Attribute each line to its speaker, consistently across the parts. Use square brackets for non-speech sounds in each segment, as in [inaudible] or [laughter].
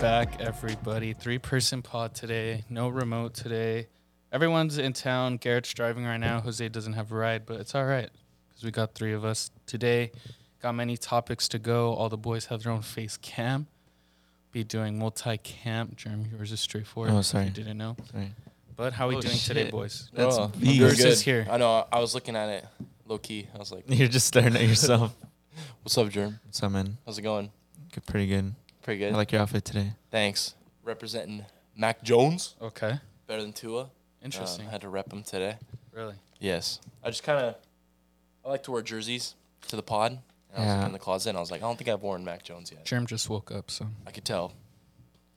Speaker 1: back, everybody. Three person pod today. No remote today. Everyone's in town. Garrett's driving right now. Jose doesn't have a ride, but it's all right because we got three of us today. Got many topics to go. All the boys have their own face cam. Be doing multi cam. Jeremy, yours is straightforward.
Speaker 2: Oh,
Speaker 1: if
Speaker 2: sorry.
Speaker 1: You didn't know.
Speaker 2: Sorry.
Speaker 1: But how we
Speaker 3: Oh,
Speaker 1: doing today,
Speaker 3: shit.
Speaker 1: boys?
Speaker 2: That's
Speaker 3: Oh,
Speaker 2: the-
Speaker 1: yours
Speaker 2: good.
Speaker 1: is here.
Speaker 3: I know. I was looking at it low key. I was like,
Speaker 2: [laughs] You're just staring at yourself. [laughs]
Speaker 3: "What's up, Germ?
Speaker 2: What's up, man?
Speaker 3: How's it going?
Speaker 2: Good, pretty good.
Speaker 3: Pretty
Speaker 2: I
Speaker 3: good.
Speaker 2: like your outfit today.
Speaker 3: Thanks. Representing Mac Jones,
Speaker 1: Okay.
Speaker 3: better than Tua.
Speaker 1: Interesting.
Speaker 3: Um, had to rep him today.
Speaker 1: really?
Speaker 3: Yes. I just kind of, I like to wear jerseys to the pod. And I was
Speaker 2: Yeah.
Speaker 3: in the closet. and I was like, I don't think I've worn Mac Jones yet.
Speaker 1: Jerm just woke up, so.
Speaker 3: I could tell.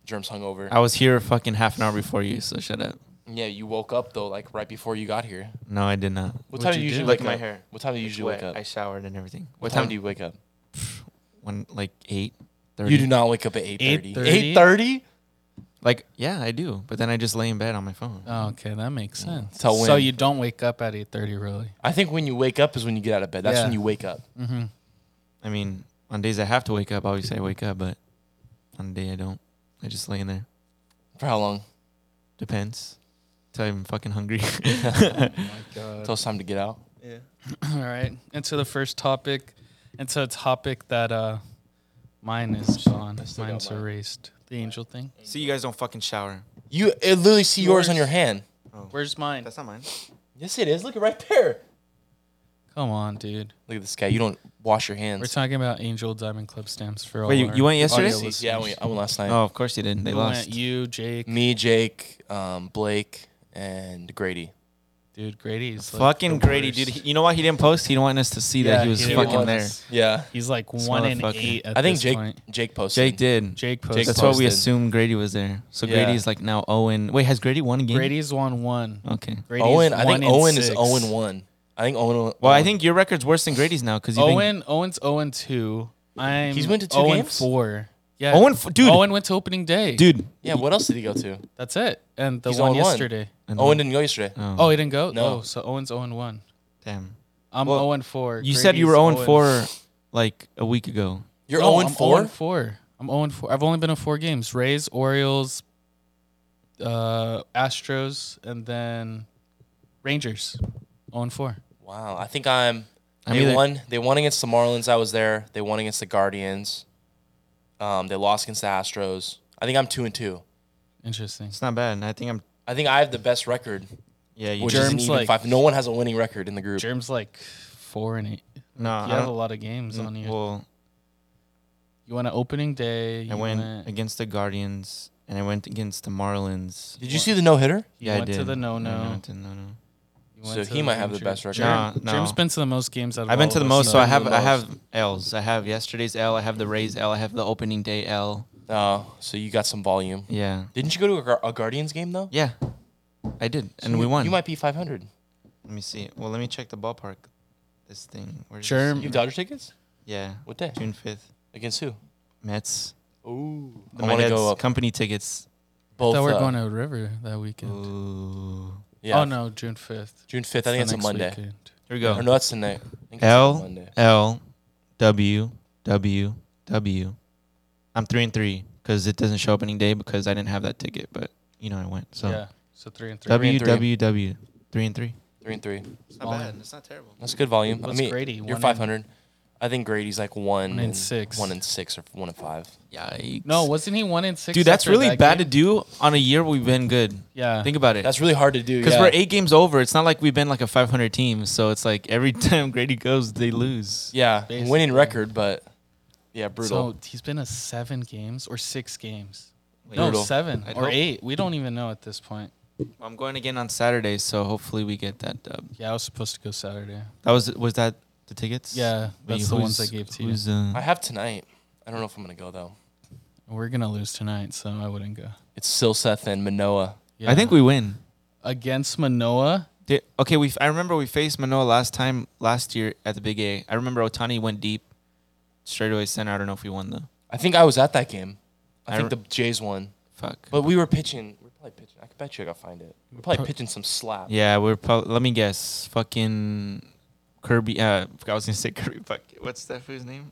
Speaker 3: Germ's hungover.
Speaker 2: I was here fucking half an hour before you, so shut up.
Speaker 3: yeah, you woke up though, like right before you got here.
Speaker 2: No, I did not.
Speaker 3: What
Speaker 1: What'd
Speaker 3: time do
Speaker 1: you
Speaker 3: you
Speaker 1: do?
Speaker 3: usually
Speaker 1: Like
Speaker 3: wake
Speaker 2: my
Speaker 3: up?
Speaker 2: hair.
Speaker 3: What time do you usually wake up?
Speaker 2: I showered and everything.
Speaker 3: What time do you wake up?
Speaker 2: When like eight.
Speaker 3: You do not wake up at eight thirty.
Speaker 1: 8:30?
Speaker 3: Eight thirty?
Speaker 2: Like yeah, I do. But then I just lay in bed on my phone.
Speaker 1: Oh, okay, that makes sense.
Speaker 3: Till
Speaker 1: So
Speaker 3: when?
Speaker 1: you don't wake up at 8.30, really?
Speaker 3: I think when you wake up is when you get out of bed. That's
Speaker 1: Yeah.
Speaker 3: when you wake up.
Speaker 1: Mm-hmm.
Speaker 2: I mean, on days I have to wake up, obviously I wake up. But on the day I don't, I just lay in there.
Speaker 3: For how long?
Speaker 2: Depends. Till I'm fucking hungry.
Speaker 1: Oh, my God.
Speaker 3: Until it's time to get out.
Speaker 1: All right, into the first topic, into a topic that uh, mine is gone.
Speaker 3: I still got
Speaker 1: Mine's
Speaker 3: mine.
Speaker 1: erased. The angel thing.
Speaker 2: [laughs] See, you guys don't fucking shower.
Speaker 3: You I literally see yours, on
Speaker 1: Yours.
Speaker 3: your hand.
Speaker 1: Where's mine?
Speaker 2: not mine.
Speaker 3: Yes, it is. Look at right there.
Speaker 1: Come on, dude.
Speaker 3: Look at this guy. You don't wash your
Speaker 1: We're
Speaker 3: hands. Oh,
Speaker 1: talking about Angel Diamond Club stamps for all.
Speaker 2: Wait, you-
Speaker 1: our
Speaker 2: you went yesterday?
Speaker 1: audio
Speaker 2: Yeah,
Speaker 1: listeners.
Speaker 3: yeah, I went, I went last night.
Speaker 2: Oh, of course you didn't. They
Speaker 1: We
Speaker 2: lost.
Speaker 1: went you, Jake,
Speaker 3: Me, Jake, um, Blake, and Grady.
Speaker 1: dude. Grady's like
Speaker 2: fucking
Speaker 1: the
Speaker 2: Grady, dude.
Speaker 1: worst.
Speaker 2: He- you know why he didn't post? He didn't want us to see
Speaker 1: Yeah,
Speaker 2: that he was
Speaker 1: he didn't
Speaker 2: fucking
Speaker 1: want
Speaker 2: there.
Speaker 1: us.
Speaker 3: Yeah,
Speaker 1: He's like
Speaker 2: This
Speaker 1: one in
Speaker 2: motherfucker.
Speaker 1: eight at
Speaker 3: I think
Speaker 1: this
Speaker 3: Jake
Speaker 1: point.
Speaker 3: Jake posted.
Speaker 2: Jake did.
Speaker 1: Jake
Speaker 3: Jake
Speaker 1: posted.
Speaker 2: That's why we
Speaker 3: posted.
Speaker 2: assumed Grady was there. So
Speaker 3: Yeah.
Speaker 2: Grady's like now Owen. Wait, has Grady won a game?
Speaker 1: Grady's won one.
Speaker 2: Okay.
Speaker 1: Grady's
Speaker 3: Owen. I think
Speaker 1: one in
Speaker 3: Owen is
Speaker 1: six.
Speaker 3: Owen one. I think Owen.
Speaker 2: Well, I
Speaker 3: Owen-
Speaker 2: think your record's worse than Grady's now because Been,
Speaker 1: Owen. Owen's Owen two. I'm.
Speaker 3: He's went to two
Speaker 1: Owen
Speaker 3: games?
Speaker 1: four. Yeah.
Speaker 2: Owen, f- dude,
Speaker 1: Owen went to opening day.
Speaker 2: dude.
Speaker 3: Yeah. What else did he go to?
Speaker 1: That's it. And the
Speaker 3: He's
Speaker 1: one
Speaker 3: on one.
Speaker 1: yesterday.
Speaker 2: And
Speaker 3: Owen didn't go yesterday.
Speaker 1: Oh, he didn't go?
Speaker 3: No.
Speaker 1: Oh, so Owen's 0 1.
Speaker 2: damn.
Speaker 1: I'm
Speaker 3: Well,
Speaker 1: 0 4.
Speaker 2: You said you were Owen four like a week ago.
Speaker 3: You're Owen
Speaker 1: I'm 0
Speaker 3: four.
Speaker 1: 4. I'm 0 4. I've only been in four games Rays, Orioles, uh, Astros, and then Rangers. 0 4.
Speaker 3: Wow. I think I'm.
Speaker 2: I'm
Speaker 3: they
Speaker 2: either-
Speaker 3: won. They won against the Marlins. I was there. They won against the Guardians. Um, they lost against the Astros. I think I'm two and two.
Speaker 1: Interesting.
Speaker 2: It's not bad. I think I'm.
Speaker 3: I think I have the best record,
Speaker 2: Yeah, you.
Speaker 3: which
Speaker 2: Just,
Speaker 3: is an
Speaker 1: Germ's
Speaker 3: even
Speaker 1: like-
Speaker 3: five. No one has a winning record in the group.
Speaker 1: Germ's like 4 and 8.
Speaker 2: no,
Speaker 1: You
Speaker 2: I
Speaker 1: have a
Speaker 2: don't.
Speaker 1: lot of games on you.
Speaker 2: Well,
Speaker 1: you went to opening day. You
Speaker 2: I went
Speaker 1: went-
Speaker 2: against the Guardians and I went against the Marlins.
Speaker 3: Did you see the no hitter?
Speaker 1: you
Speaker 2: yeah,
Speaker 1: went
Speaker 2: I did.
Speaker 1: to the no
Speaker 2: I
Speaker 1: no.
Speaker 2: went to the no-no.
Speaker 3: So he might have the best record.
Speaker 2: Nah, nah.
Speaker 1: Jim's been to the most games out of
Speaker 2: I've been
Speaker 1: all
Speaker 2: to the
Speaker 1: of
Speaker 2: most,
Speaker 1: us,
Speaker 2: so I
Speaker 1: though.
Speaker 2: have
Speaker 3: the
Speaker 2: I have L's. I have yesterday's L. I have the Rays L. I have the opening day L.
Speaker 3: Oh, so you got some volume.
Speaker 2: Yeah,
Speaker 3: Didn't you go to a, Gar- a Guardians game though?
Speaker 2: yeah, I did,
Speaker 3: So
Speaker 2: and
Speaker 3: you-
Speaker 2: we won.
Speaker 3: You might be 500.
Speaker 2: Let me see. Well, let me check the ballpark. This thing. Where does it
Speaker 1: Germ-
Speaker 2: say?
Speaker 3: You have Dodger tickets?
Speaker 2: Yeah,
Speaker 3: What day?
Speaker 2: June fifth.
Speaker 3: Against who?
Speaker 2: Mets.
Speaker 3: Ooh, I
Speaker 2: The
Speaker 3: want
Speaker 2: Mets
Speaker 3: to go up
Speaker 2: company tickets.
Speaker 3: both.
Speaker 1: thought we
Speaker 3: uh,
Speaker 1: are going to river that weekend.
Speaker 2: Ooh.
Speaker 3: yeah.
Speaker 1: Oh no, June fifth.
Speaker 3: June 5th. I think it's a Monday.
Speaker 2: Here we
Speaker 3: Or
Speaker 2: go.
Speaker 3: no, that's tonight. I think it's
Speaker 2: L.
Speaker 3: on Monday.
Speaker 2: L W W W. I'm three and three because it doesn't show opening day because I didn't have that ticket, but you know I went. So
Speaker 1: yeah, so three and three.
Speaker 2: W
Speaker 3: and three.
Speaker 2: W W three and three.
Speaker 3: Three and three.
Speaker 2: It's
Speaker 1: not Volume. bad.
Speaker 2: It's not terrible.
Speaker 3: That's good volume.
Speaker 1: What's
Speaker 3: I mean,
Speaker 1: Grady? One
Speaker 3: You're
Speaker 1: and-
Speaker 3: 500. I think Grady's like one,
Speaker 1: One and six.
Speaker 3: one and six, or one and five.
Speaker 2: Yikes.
Speaker 1: no, wasn't he one in six?
Speaker 2: Dude, that's
Speaker 1: after
Speaker 2: really
Speaker 1: that
Speaker 2: bad
Speaker 1: game?
Speaker 2: to do on a year we've been good.
Speaker 1: Yeah,
Speaker 2: Think about it.
Speaker 3: That's really hard to do.
Speaker 2: Because
Speaker 3: yeah.
Speaker 2: we're eight games over. It's not like we've been like a 500 team. So it's like every [laughs] time Grady goes, they lose.
Speaker 3: Yeah,
Speaker 1: Basically.
Speaker 3: winning record, but yeah, brutal.
Speaker 1: so he's been a seven games or six games.
Speaker 2: Wait,
Speaker 1: no,
Speaker 3: brutal.
Speaker 1: seven
Speaker 2: I'd
Speaker 1: or
Speaker 2: hope-
Speaker 1: eight. We don't even know at this point.
Speaker 2: I'm going again on Saturday. So hopefully we get that dub.
Speaker 1: Yeah, I was supposed to go Saturday.
Speaker 2: That was was that the tickets?
Speaker 1: Yeah,
Speaker 2: Wait,
Speaker 1: that's the ones I
Speaker 2: who's-
Speaker 1: gave to you.
Speaker 2: who's, uh,
Speaker 3: I have tonight. I don't know if I'm gonna go though.
Speaker 1: We're gonna lose tonight, so I wouldn't go.
Speaker 3: It's Silseth and Manoa.
Speaker 1: Yeah.
Speaker 2: I think we win.
Speaker 1: against Manoa.
Speaker 2: Di- okay, we. I remember we faced Manoa last time last year at the Big A. I remember Otani went deep, straight away center. I don't know if we won though.
Speaker 3: I think I was at that game. I,
Speaker 2: I
Speaker 3: think the
Speaker 2: re-
Speaker 3: Jays won,
Speaker 2: Fuck.
Speaker 3: but we were pitching. We We're probably pitching. I could bet you I gotta find it. We We're probably
Speaker 1: Pro-
Speaker 3: pitching some slap.
Speaker 2: Yeah, we're probably. Let me guess. Fucking Kirby. Uh, I was gonna say Kirby. Fuck. What's that food's name?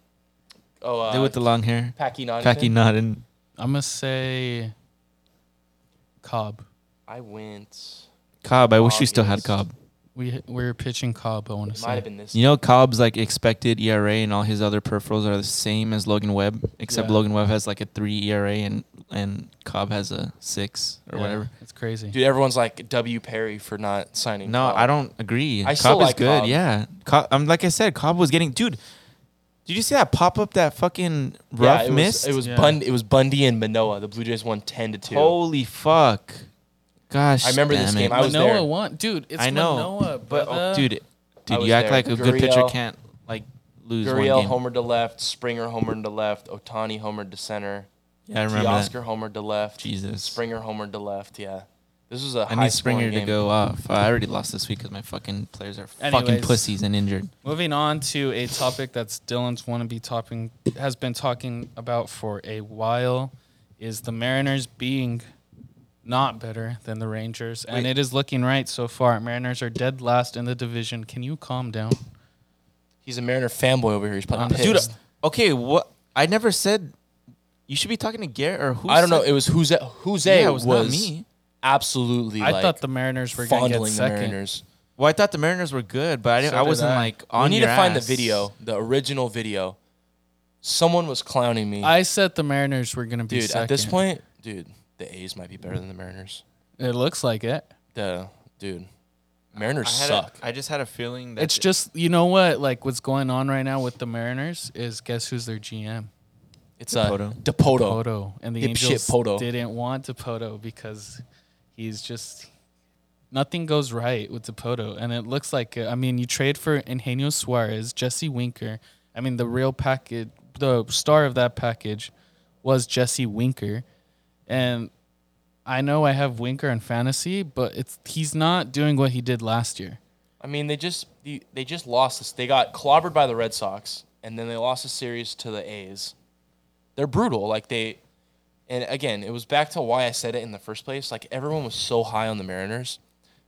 Speaker 3: Oh, uh,
Speaker 2: the with the long hair.
Speaker 3: Packy Nottington.
Speaker 2: Packy Nodden.
Speaker 1: I'm gonna say Cobb.
Speaker 3: I went.
Speaker 2: Cobb. I wish we still had
Speaker 3: August.
Speaker 2: Cobb.
Speaker 1: We we were pitching Cobb. I want to
Speaker 3: It might
Speaker 1: say.
Speaker 3: have been this.
Speaker 2: You know, Cobb's like expected ERA and all his other peripherals are the same as Logan Webb, except
Speaker 1: Yeah.
Speaker 2: Logan Webb has like a three ERA and and Cobb has a six or
Speaker 1: Yeah,
Speaker 2: whatever.
Speaker 1: It's crazy.
Speaker 3: Dude, everyone's like W. Perry for not signing.
Speaker 2: No,
Speaker 3: Cobb.
Speaker 2: I don't agree.
Speaker 3: I
Speaker 2: Cobb
Speaker 3: still
Speaker 2: is
Speaker 3: like
Speaker 2: good.
Speaker 3: Cobb.
Speaker 2: Yeah, Cobb, um, like I said, Cobb was getting. Dude, did you see that pop up that fucking
Speaker 3: Yeah,
Speaker 2: rough
Speaker 3: it was-
Speaker 2: miss?
Speaker 3: It was
Speaker 1: Yeah.
Speaker 3: Bund- It was Bundy and Manoa. The Blue Jays won ten to two.
Speaker 2: Holy fuck! Gosh,
Speaker 3: I remember this
Speaker 2: damn
Speaker 3: game.
Speaker 2: it.
Speaker 3: I was
Speaker 1: Manoa
Speaker 3: there.
Speaker 1: won, dude. It's
Speaker 2: I know,
Speaker 1: Manoa,
Speaker 2: but
Speaker 1: brother.
Speaker 2: oh, dude, dude,
Speaker 3: was
Speaker 2: you act
Speaker 3: there.
Speaker 2: like a good pitcher
Speaker 3: Gurriel-
Speaker 2: can't like lose one
Speaker 3: Gurriel
Speaker 2: game.
Speaker 3: homered to left. Springer homered to left. Otani homered to center.
Speaker 2: yeah, I remember that.
Speaker 3: Oscar homered to left.
Speaker 2: Jesus.
Speaker 3: Springer homered to left. Yeah, this was a
Speaker 2: I
Speaker 3: high
Speaker 2: need Springer
Speaker 3: scoring
Speaker 2: to
Speaker 3: game.
Speaker 2: go off. Uh, I already lost this week because my fucking players are fucking
Speaker 1: Anyways.
Speaker 2: pussies and injured.
Speaker 1: Moving on to a topic that's Dylan's want to be talking has been talking about for a while is the Mariners being not better than the Rangers and
Speaker 3: Wait.
Speaker 1: it is looking right so far. Mariners are dead last in the division. Can you calm down?
Speaker 3: He's a Mariner fanboy over here. He's probably
Speaker 1: Honestly.
Speaker 3: pissed.
Speaker 2: Dude, okay, what? I never said you should be talking to Garrett or who?
Speaker 3: I don't know.
Speaker 2: said-
Speaker 3: It was who's who's
Speaker 2: yeah, it was,
Speaker 3: was,
Speaker 2: not me.
Speaker 3: absolutely.
Speaker 1: I
Speaker 3: like,
Speaker 1: thought the Mariners were going to get
Speaker 3: fondling the
Speaker 1: second.
Speaker 3: Mariners.
Speaker 2: Well, I thought the Mariners were good, but I didn't.
Speaker 1: So
Speaker 2: I
Speaker 1: did
Speaker 2: wasn't
Speaker 1: I.
Speaker 2: like on.
Speaker 3: we need
Speaker 2: your
Speaker 3: to find
Speaker 2: ass.
Speaker 3: the video, the original video. Someone was clowning me,
Speaker 1: I said the Mariners were going to be
Speaker 3: dude.
Speaker 1: second.
Speaker 3: At this point, dude, the A's might be better than the Mariners.
Speaker 1: it looks like it.
Speaker 3: The dude, Mariners
Speaker 2: I had a-
Speaker 3: suck.
Speaker 2: I just had a feeling that
Speaker 1: It's just you know what like what's going on right now with the Mariners is guess who's their GM?
Speaker 3: it's a
Speaker 2: Poto.
Speaker 3: Depoto.
Speaker 1: Poto, and the
Speaker 3: Dipshit
Speaker 1: Angels
Speaker 3: Poto.
Speaker 1: didn't want Depoto because he's just nothing goes right with Depoto, and it looks like I mean you trade for Eugenio Suarez, Jesse Winker. I mean the real package, the star of that package was Jesse Winker, and I know I have Winker in fantasy, but it's he's not doing what he did last year.
Speaker 3: I mean, they just they, they just lost this. They got clobbered by the Red Sox, and then they lost the series to the A's. They're brutal. Like they, and again, it was back to why I said it in the first place. Like everyone was so high on the Mariners,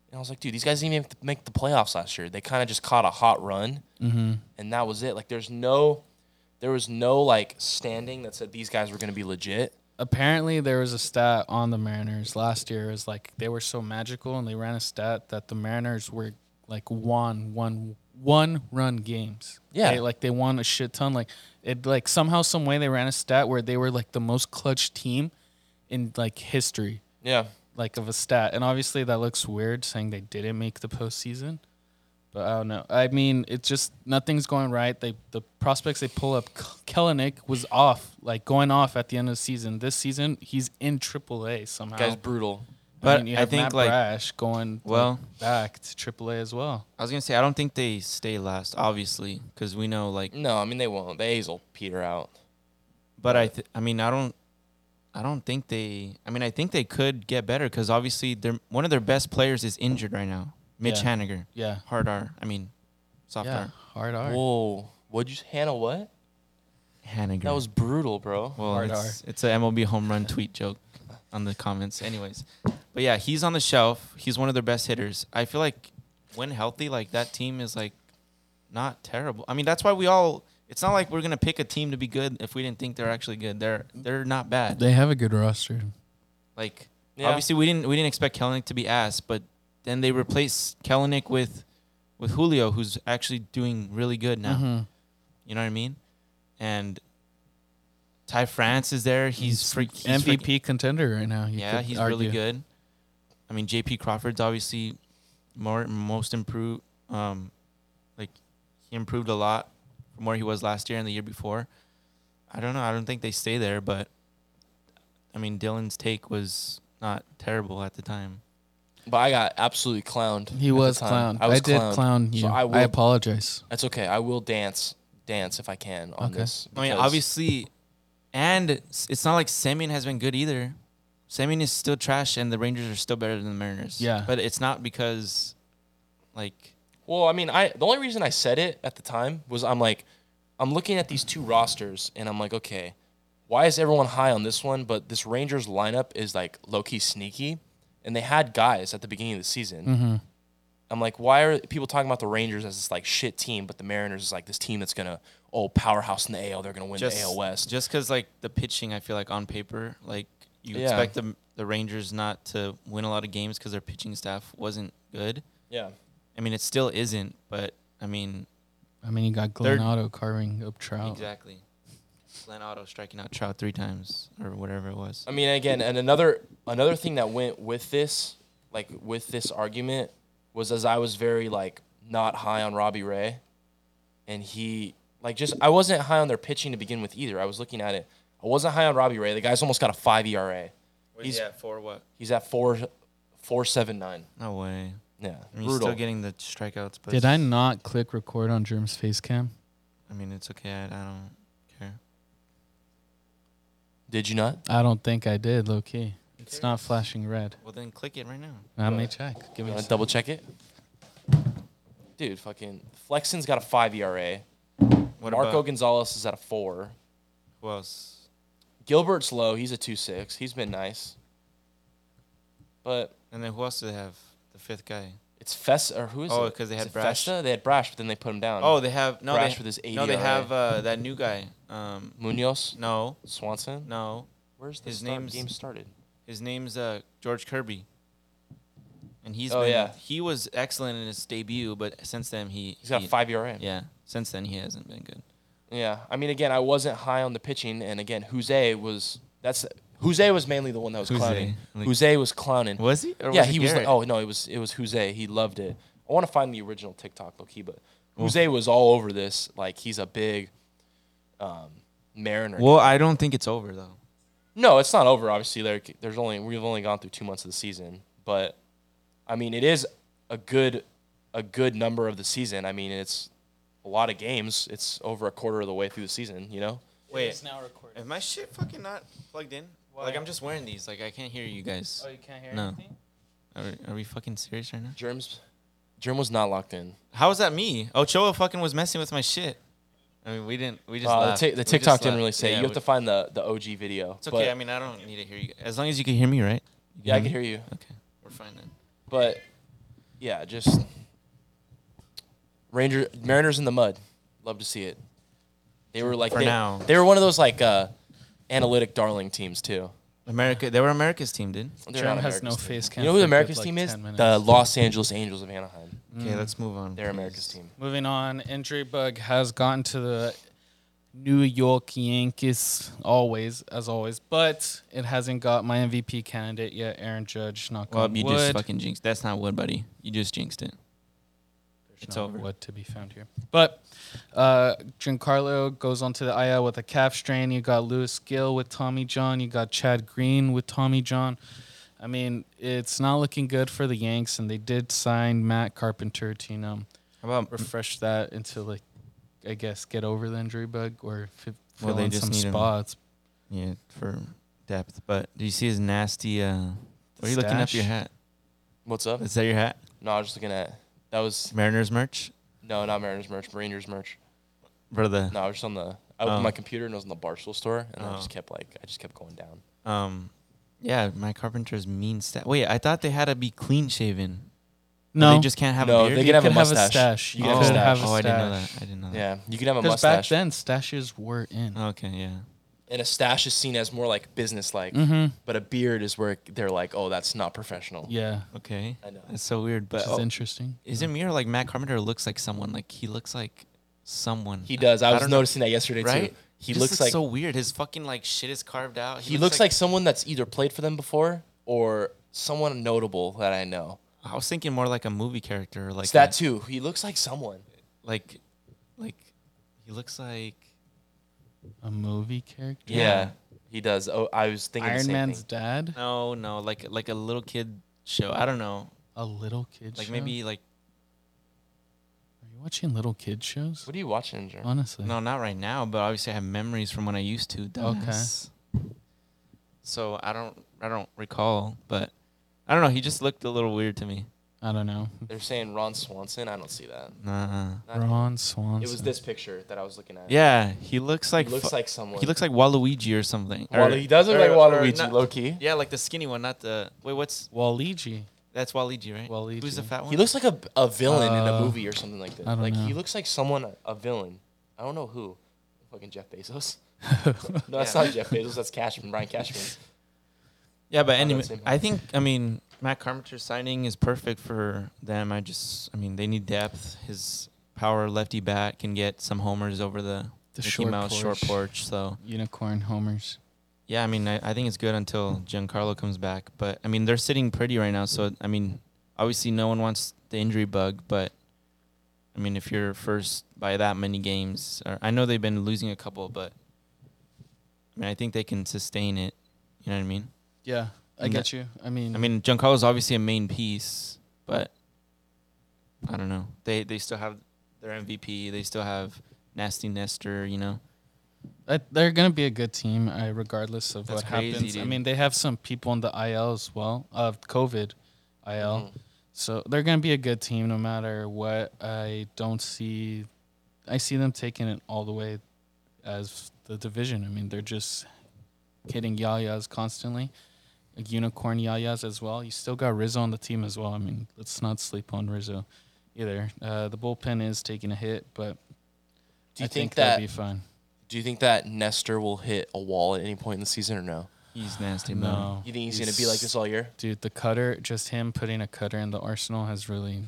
Speaker 3: and I was like, dude, these guys didn't even make the- make the playoffs last year. They kind of just caught a hot run,
Speaker 2: Mm-hmm.
Speaker 3: and that was it. Like there's no, there was no like standing that said these guys were going to be legit.
Speaker 1: apparently there was a stat on the Mariners last year. It was like they were so magical, and they ran a stat that the Mariners were like won one one run games.
Speaker 3: Yeah.
Speaker 1: They- like they won a shit ton. Like it like somehow some way they ran a stat where they were like the most clutch team in like history,
Speaker 3: Yeah,
Speaker 1: like of a stat. And obviously that looks weird saying they didn't make the postseason. But I don't know. I mean, it's just nothing's going right. They the prospects they pull up. K- Kellenick was off, like going off at the end of the season. This season, he's in AAA somehow.
Speaker 3: guys, brutal.
Speaker 1: I
Speaker 2: But
Speaker 1: mean, you
Speaker 2: I
Speaker 1: have
Speaker 2: think,
Speaker 1: Matt
Speaker 2: like-
Speaker 1: Brash going well
Speaker 2: Well-
Speaker 1: back to AAA as well.
Speaker 2: I was gonna say I don't think they stay last, obviously, because we know like.
Speaker 3: No, I mean they won't. The A's will peter out.
Speaker 2: But I, th- I mean, I don't, I don't think they. I mean, I think they could get better because obviously they're one of their best players is injured right now. Mitch
Speaker 1: Yeah.
Speaker 2: Haniger,
Speaker 1: Yeah,
Speaker 2: hard R. I mean, soft
Speaker 1: yeah,
Speaker 2: R.
Speaker 1: hard R.
Speaker 3: Whoa, what'd you, Hannah? What?
Speaker 2: Haniger.
Speaker 3: That was brutal, bro.
Speaker 2: well,
Speaker 1: hard
Speaker 2: it's, it's a MLB home run tweet joke on the comments. Anyways, but yeah, he's on the shelf. He's one of their best hitters. I feel like when healthy, like that team is like not terrible. I mean, that's why we all. It's not like we're gonna pick a team to be good if we didn't think they're actually good. They're they're not bad.
Speaker 1: They have a good roster.
Speaker 2: Like
Speaker 3: Yeah.
Speaker 2: obviously we didn't we didn't expect Kellenick to be ass, but then they replace Kellenick with with Julio, who's actually doing really good now.
Speaker 1: Mhm.
Speaker 2: You know what I mean? And Ty France is there. He's, freak he's
Speaker 1: MVP
Speaker 2: freak-
Speaker 1: contender right now. you
Speaker 2: yeah,
Speaker 1: could
Speaker 2: he's really
Speaker 1: argue.
Speaker 2: good. I mean, J.P. Crawford's obviously more most improved. Um, like he improved a lot from where he was last year and the year before. I don't know. I don't think they stay there, but I mean, Dylan's take was not terrible at the time.
Speaker 3: But I got absolutely clowned. at
Speaker 1: He
Speaker 3: the
Speaker 1: was
Speaker 3: time.
Speaker 1: clown.
Speaker 3: I
Speaker 1: I,
Speaker 3: was
Speaker 1: did
Speaker 3: clowned.
Speaker 1: clown you.
Speaker 3: So I
Speaker 1: I,
Speaker 3: will.
Speaker 1: apologize.
Speaker 3: That's okay. I will dance, dance if I can on
Speaker 1: Okay.
Speaker 3: this.
Speaker 2: I mean,
Speaker 3: because
Speaker 2: obviously, and it's it's not like Semyon has been good either. Semyon is still trash, and the Rangers are still better than the Mariners.
Speaker 1: Yeah.
Speaker 2: but it's not because, like,
Speaker 3: Well, I mean, I the only reason I said it at the time was I'm like, I'm looking at these two rosters and I'm like, okay, why is everyone high on this one? But this Rangers lineup is like low key sneaky, and they had guys at the beginning of the season. I'm like, why are people talking about the Rangers as this like shit team, but the Mariners is like this team that's gonna oh powerhouse in the AL, they're gonna win the AL West.
Speaker 2: Just because like the pitching, I feel like on paper, like you
Speaker 3: Yeah.
Speaker 2: expect the the Rangers not to win a lot of games because their pitching staff wasn't good.
Speaker 3: yeah,
Speaker 2: I mean, it still isn't, but I mean,
Speaker 1: I mean, you got
Speaker 2: They're-
Speaker 1: Glenado carving up
Speaker 3: Oh.
Speaker 1: Trout.
Speaker 2: exactly. Glenn Otto striking out Trout three times or whatever it was.
Speaker 3: I mean, again, and another another thing that went with this, like with this argument, was as I was very like not high on Robbie Ray, and he like just I wasn't high on their pitching to begin with either. I was looking at it, I wasn't high on Robbie Ray. The guy's almost got a five ERA. he's-
Speaker 2: yeah, for what?
Speaker 3: He's at four four seven nine.
Speaker 2: No way.
Speaker 3: Yeah,
Speaker 2: I mean, he's
Speaker 3: brutal.
Speaker 2: still getting the strikeouts, but
Speaker 1: Did I not click record on Germ's face cam?
Speaker 2: I mean, it's okay. I, I don't care.
Speaker 3: Did you not?
Speaker 1: I don't think I did, low key. It's not flashing red.
Speaker 2: Well, then click it right now.
Speaker 1: Let me check. Give me a
Speaker 3: You want to
Speaker 1: sec.
Speaker 3: double check it? Dude, fucking Flexen's got a five ERA.
Speaker 2: What
Speaker 3: Marco
Speaker 2: about
Speaker 3: Gonzalez is at a four.
Speaker 2: who else?
Speaker 3: Gilbert's low. He's a two six. He's been nice, but
Speaker 2: And then who else do they have? The fifth guy.
Speaker 3: it's Festa or who is it?
Speaker 2: Oh, 'cause they
Speaker 3: Is
Speaker 2: had
Speaker 3: it
Speaker 2: Brash.
Speaker 3: Festa? They had Brash, but then they put him down.
Speaker 2: Oh, they have no. They,
Speaker 3: Brash with his
Speaker 2: no, they
Speaker 3: ADRA.
Speaker 2: have uh, that new guy. Um,
Speaker 3: Munoz,
Speaker 2: no,
Speaker 3: Swanson.
Speaker 2: no.
Speaker 3: Where's the
Speaker 2: His
Speaker 3: start-
Speaker 2: name's-
Speaker 3: game started?
Speaker 2: His name's uh, George Kirby. And he's
Speaker 3: Oh,
Speaker 2: been,
Speaker 3: yeah.
Speaker 2: he was excellent in his debut, but since then he
Speaker 3: He's got
Speaker 2: he-
Speaker 3: a five ERA.
Speaker 2: Yeah, since then he hasn't been good.
Speaker 3: Yeah. I mean, again, I wasn't high on the pitching, and again, Jose was that's Jose was mainly the one that was
Speaker 2: Jose,
Speaker 3: clowning.
Speaker 2: like-
Speaker 3: Jose was clowning.
Speaker 2: Was he? Or
Speaker 3: yeah,
Speaker 2: it
Speaker 3: he was.
Speaker 2: Garrett?
Speaker 3: Like, oh no, it was it was Jose. He loved it. I want to find the original TikTok, Loki, but Jose was all over this. Like he's a big um, Mariner.
Speaker 2: Well, I don't think it's over though.
Speaker 3: No, it's not over. Obviously, there, there's only we've only gone through two months of the season, but I mean, it is a good a good number of the season. I mean, it's a lot of games. It's over a quarter of the way through the season. You know.
Speaker 2: Wait,
Speaker 1: now recording.
Speaker 2: is my shit fucking not plugged in?
Speaker 1: Why?
Speaker 2: Like I'm just wearing these. Like I can't hear you guys.
Speaker 1: Oh, you can't hear
Speaker 2: No. Are, are we fucking serious right now?
Speaker 3: Germs, Germ was not locked in.
Speaker 2: How is that me? Ochoa fucking was messing with my shit. I mean, we didn't. We just.
Speaker 3: Uh, the,
Speaker 2: laughed.
Speaker 3: ti-
Speaker 2: We
Speaker 3: the
Speaker 2: just
Speaker 3: TikTok didn't
Speaker 2: laughed.
Speaker 3: really say.
Speaker 2: Yeah,
Speaker 3: you have
Speaker 2: we-
Speaker 3: to find the the OG video.
Speaker 2: It's okay.
Speaker 3: but-
Speaker 2: I mean, mm-hmm. I don't need to hear you. As long as you can hear me, right? You
Speaker 3: yeah, I can hear you.
Speaker 2: me? Okay, we're fine then.
Speaker 3: But yeah, just Ranger Mariners in the mud. Love to see it. They were like
Speaker 2: For
Speaker 3: they,
Speaker 2: now.
Speaker 3: they were one of those like uh, analytic darling teams too.
Speaker 2: America. They were America's team, dude.
Speaker 3: They're
Speaker 1: Germ
Speaker 3: not
Speaker 1: has
Speaker 3: America's
Speaker 1: no
Speaker 3: team.
Speaker 1: face cam.
Speaker 3: You
Speaker 1: for
Speaker 3: know who
Speaker 1: a
Speaker 3: the
Speaker 1: good,
Speaker 3: America's
Speaker 1: like,
Speaker 3: team is?
Speaker 1: 10
Speaker 3: The
Speaker 1: minutes.
Speaker 3: Los Angeles Angels of Anaheim.
Speaker 2: Okay, let's move on.
Speaker 3: Mm. They're
Speaker 2: please.
Speaker 3: America's team.
Speaker 1: Moving on, injury bug has gotten to the New York Yankees always, as always, but it hasn't got my MVP candidate yet, Aaron Judge. Not
Speaker 2: Well,
Speaker 1: on
Speaker 2: you
Speaker 1: wood.
Speaker 2: just fucking jinxed. That's not wood, buddy. You just jinxed it.
Speaker 1: It's
Speaker 2: It's over.
Speaker 1: What to be found here. But uh, Giancarlo goes onto the IL with a calf strain. You got Lewis Gill with Tommy John. You got Chad Green with Tommy John. I mean, it's not looking good for the Yanks, and they did sign Matt Carpenter to you know
Speaker 2: How about?
Speaker 1: refresh that into like, I guess get over the injury bug or fi- fill
Speaker 2: Well, they
Speaker 1: in
Speaker 2: just
Speaker 1: some
Speaker 2: need him.
Speaker 1: spots.
Speaker 2: Yeah, for depth. But do you see his nasty? uh What are you looking up
Speaker 1: Stash?
Speaker 2: your hat?
Speaker 3: What's up?
Speaker 2: Is that your hat?
Speaker 3: No, I was just looking at that was
Speaker 2: Mariners merch,
Speaker 3: no, not Mariners merch, Rangers merch.
Speaker 2: brother.
Speaker 3: No, I was just on the I opened
Speaker 2: Oh.
Speaker 3: my computer and I was in the Barstool store and I
Speaker 2: Oh.
Speaker 3: just kept like I just kept going down.
Speaker 2: Um, yeah, my carpenter's mean stat. Wait, I thought they had to be clean shaven.
Speaker 1: No,
Speaker 2: they just can't have
Speaker 3: No,
Speaker 2: a beard.
Speaker 3: they
Speaker 1: you
Speaker 3: can have a
Speaker 1: could
Speaker 3: mustache.
Speaker 1: stash. You
Speaker 3: can
Speaker 2: oh,
Speaker 1: could have
Speaker 3: stash.
Speaker 1: a
Speaker 2: oh,
Speaker 1: stash.
Speaker 2: I didn't know that. I didn't know
Speaker 3: Yeah, you can have a
Speaker 1: Because back
Speaker 3: mustache.
Speaker 1: then stashes were in.
Speaker 2: that. Okay, yeah.
Speaker 3: and a stash is seen as more like business like
Speaker 2: Mm-hmm.
Speaker 3: but a beard is where they're like oh that's not professional
Speaker 1: Mm-hmm. yeah,
Speaker 2: Okay.
Speaker 3: I know.
Speaker 2: It's so weird,
Speaker 1: which
Speaker 2: but
Speaker 1: is
Speaker 2: oh,
Speaker 1: interesting.
Speaker 2: is it me or like Matt Carpenter looks like someone? Like he looks like someone.
Speaker 3: he does i was
Speaker 2: don't know,
Speaker 3: noticing that yesterday
Speaker 2: right?
Speaker 3: too he
Speaker 2: Just
Speaker 3: looks, like
Speaker 2: so weird. His fucking like shit is carved out.
Speaker 3: he looks like, someone that's either played for them before or someone notable that i know
Speaker 2: I was thinking more like a movie character, or like
Speaker 3: it's that
Speaker 2: a-
Speaker 3: too he looks like someone
Speaker 2: like, like he looks like
Speaker 1: A movie character.
Speaker 3: yeah, he does oh i was thinking the
Speaker 1: Iron
Speaker 3: same
Speaker 1: Man's
Speaker 3: thing.
Speaker 1: dad,
Speaker 2: no, no, like like a little kid show. I don't know,
Speaker 1: a little kid.
Speaker 2: like
Speaker 1: show?
Speaker 2: maybe like
Speaker 1: Are you watching little kid shows?
Speaker 3: what are you watching Jer?
Speaker 1: Honestly,
Speaker 2: No, not right now, but obviously I have memories from when I used to. dumbass. So I don't I don't recall, but I don't know, he just looked a little weird to me.
Speaker 1: I don't know.
Speaker 3: they're saying ron swanson i don't see that
Speaker 2: Nah.
Speaker 3: Not-
Speaker 1: Ron Swanson.
Speaker 3: it was this picture that i was looking at
Speaker 2: Yeah, he looks
Speaker 3: he
Speaker 2: like
Speaker 3: looks
Speaker 2: fu-
Speaker 3: like someone
Speaker 2: he looks like Waluigi or something.
Speaker 3: Wall-
Speaker 2: Or-
Speaker 3: he does look
Speaker 2: or-
Speaker 3: like
Speaker 2: or
Speaker 3: waluigi
Speaker 2: not-
Speaker 3: low-key
Speaker 2: Yeah, like the skinny one, not the Wait, what's
Speaker 1: Waluigi.
Speaker 2: that's Waluigi, right? Who's the
Speaker 1: Waluigi.
Speaker 2: fat one?
Speaker 3: He looks like a, a villain in a
Speaker 1: Uh,
Speaker 3: movie or something like that.
Speaker 1: I don't
Speaker 3: Like
Speaker 1: know.
Speaker 3: he looks like someone a villain. I don't know who. Fucking
Speaker 1: [laughs]
Speaker 3: Jeff Bezos. no, that's not Jeff Bezos. That's Cashman, Brian Cashman.
Speaker 2: Yeah, but
Speaker 3: that
Speaker 2: anyway,
Speaker 3: same
Speaker 2: I think I mean Matt Carpenter's signing is perfect for them. I just I mean they need depth. His power lefty bat can get some homers over the,
Speaker 1: The
Speaker 2: Mickey
Speaker 1: short
Speaker 2: Mouse short
Speaker 1: porch.
Speaker 2: porch. So
Speaker 1: Unicorn homers.
Speaker 2: yeah, I mean I, I think it's good until Giancarlo comes back. But I mean they're sitting pretty right now. So I mean obviously no one wants the injury bug, but I mean if you're first by that many games, or I know they've been losing a couple, but I mean I think they can sustain it. You know what I mean?
Speaker 1: Yeah, I
Speaker 2: And
Speaker 1: get you. I mean,
Speaker 2: I mean, Giancarlo's obviously a main piece, but I don't know. They they still have their MVP. They still have Nasty Nestor. You know,
Speaker 1: I, they're gonna be a good team, I, regardless of
Speaker 2: That's
Speaker 1: what
Speaker 2: crazy,
Speaker 1: happens. I
Speaker 2: dude.
Speaker 1: mean, they have some people in the IL as well of COVID, IL.
Speaker 3: Mhm.
Speaker 1: So they're gonna be a good team no matter what. I don't see, I see them taking it all the way, as the division. I mean, they're just hitting yayas constantly, like unicorn yayas as well. You still got Rizzo on the team as well. I mean, let's not sleep on Rizzo, either. Uh, the bullpen is taking a hit, but
Speaker 3: Do you
Speaker 1: I
Speaker 3: think,
Speaker 1: they'll
Speaker 3: that?
Speaker 1: be fine?
Speaker 3: do you think that Nestor will hit a wall at any point in the season or no?
Speaker 2: he's nasty. man.
Speaker 1: No,
Speaker 3: You think he's, gonna be like this all year?
Speaker 1: Dude, the cutter, just him putting a cutter in the arsenal has really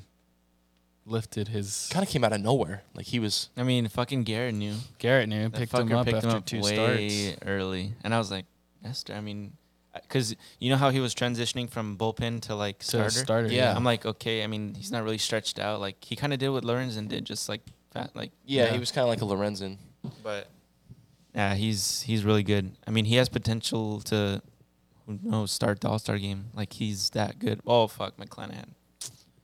Speaker 1: lifted his.
Speaker 3: Kind of came out of nowhere. Like he was.
Speaker 2: I mean, fucking Garrett knew.
Speaker 1: Garrett knew
Speaker 2: That
Speaker 1: picked him
Speaker 2: fucker
Speaker 1: up after two
Speaker 2: way
Speaker 1: starts.
Speaker 2: early, and I was like, Nestor. I mean, because you know how he was transitioning from bullpen to like
Speaker 1: To
Speaker 2: starter.
Speaker 1: a starter.
Speaker 3: Yeah.
Speaker 2: I'm like, okay. I mean, he's not really stretched out. Like he kind of did what Lorenzen did, just like fat, like
Speaker 3: Yeah,
Speaker 1: Yeah.
Speaker 3: he was kind of like a Lorenzen.
Speaker 2: but yeah, he's he's really good. I mean, he has potential to who knows start the All Star game. Like he's that good. Oh fuck, McClanahan.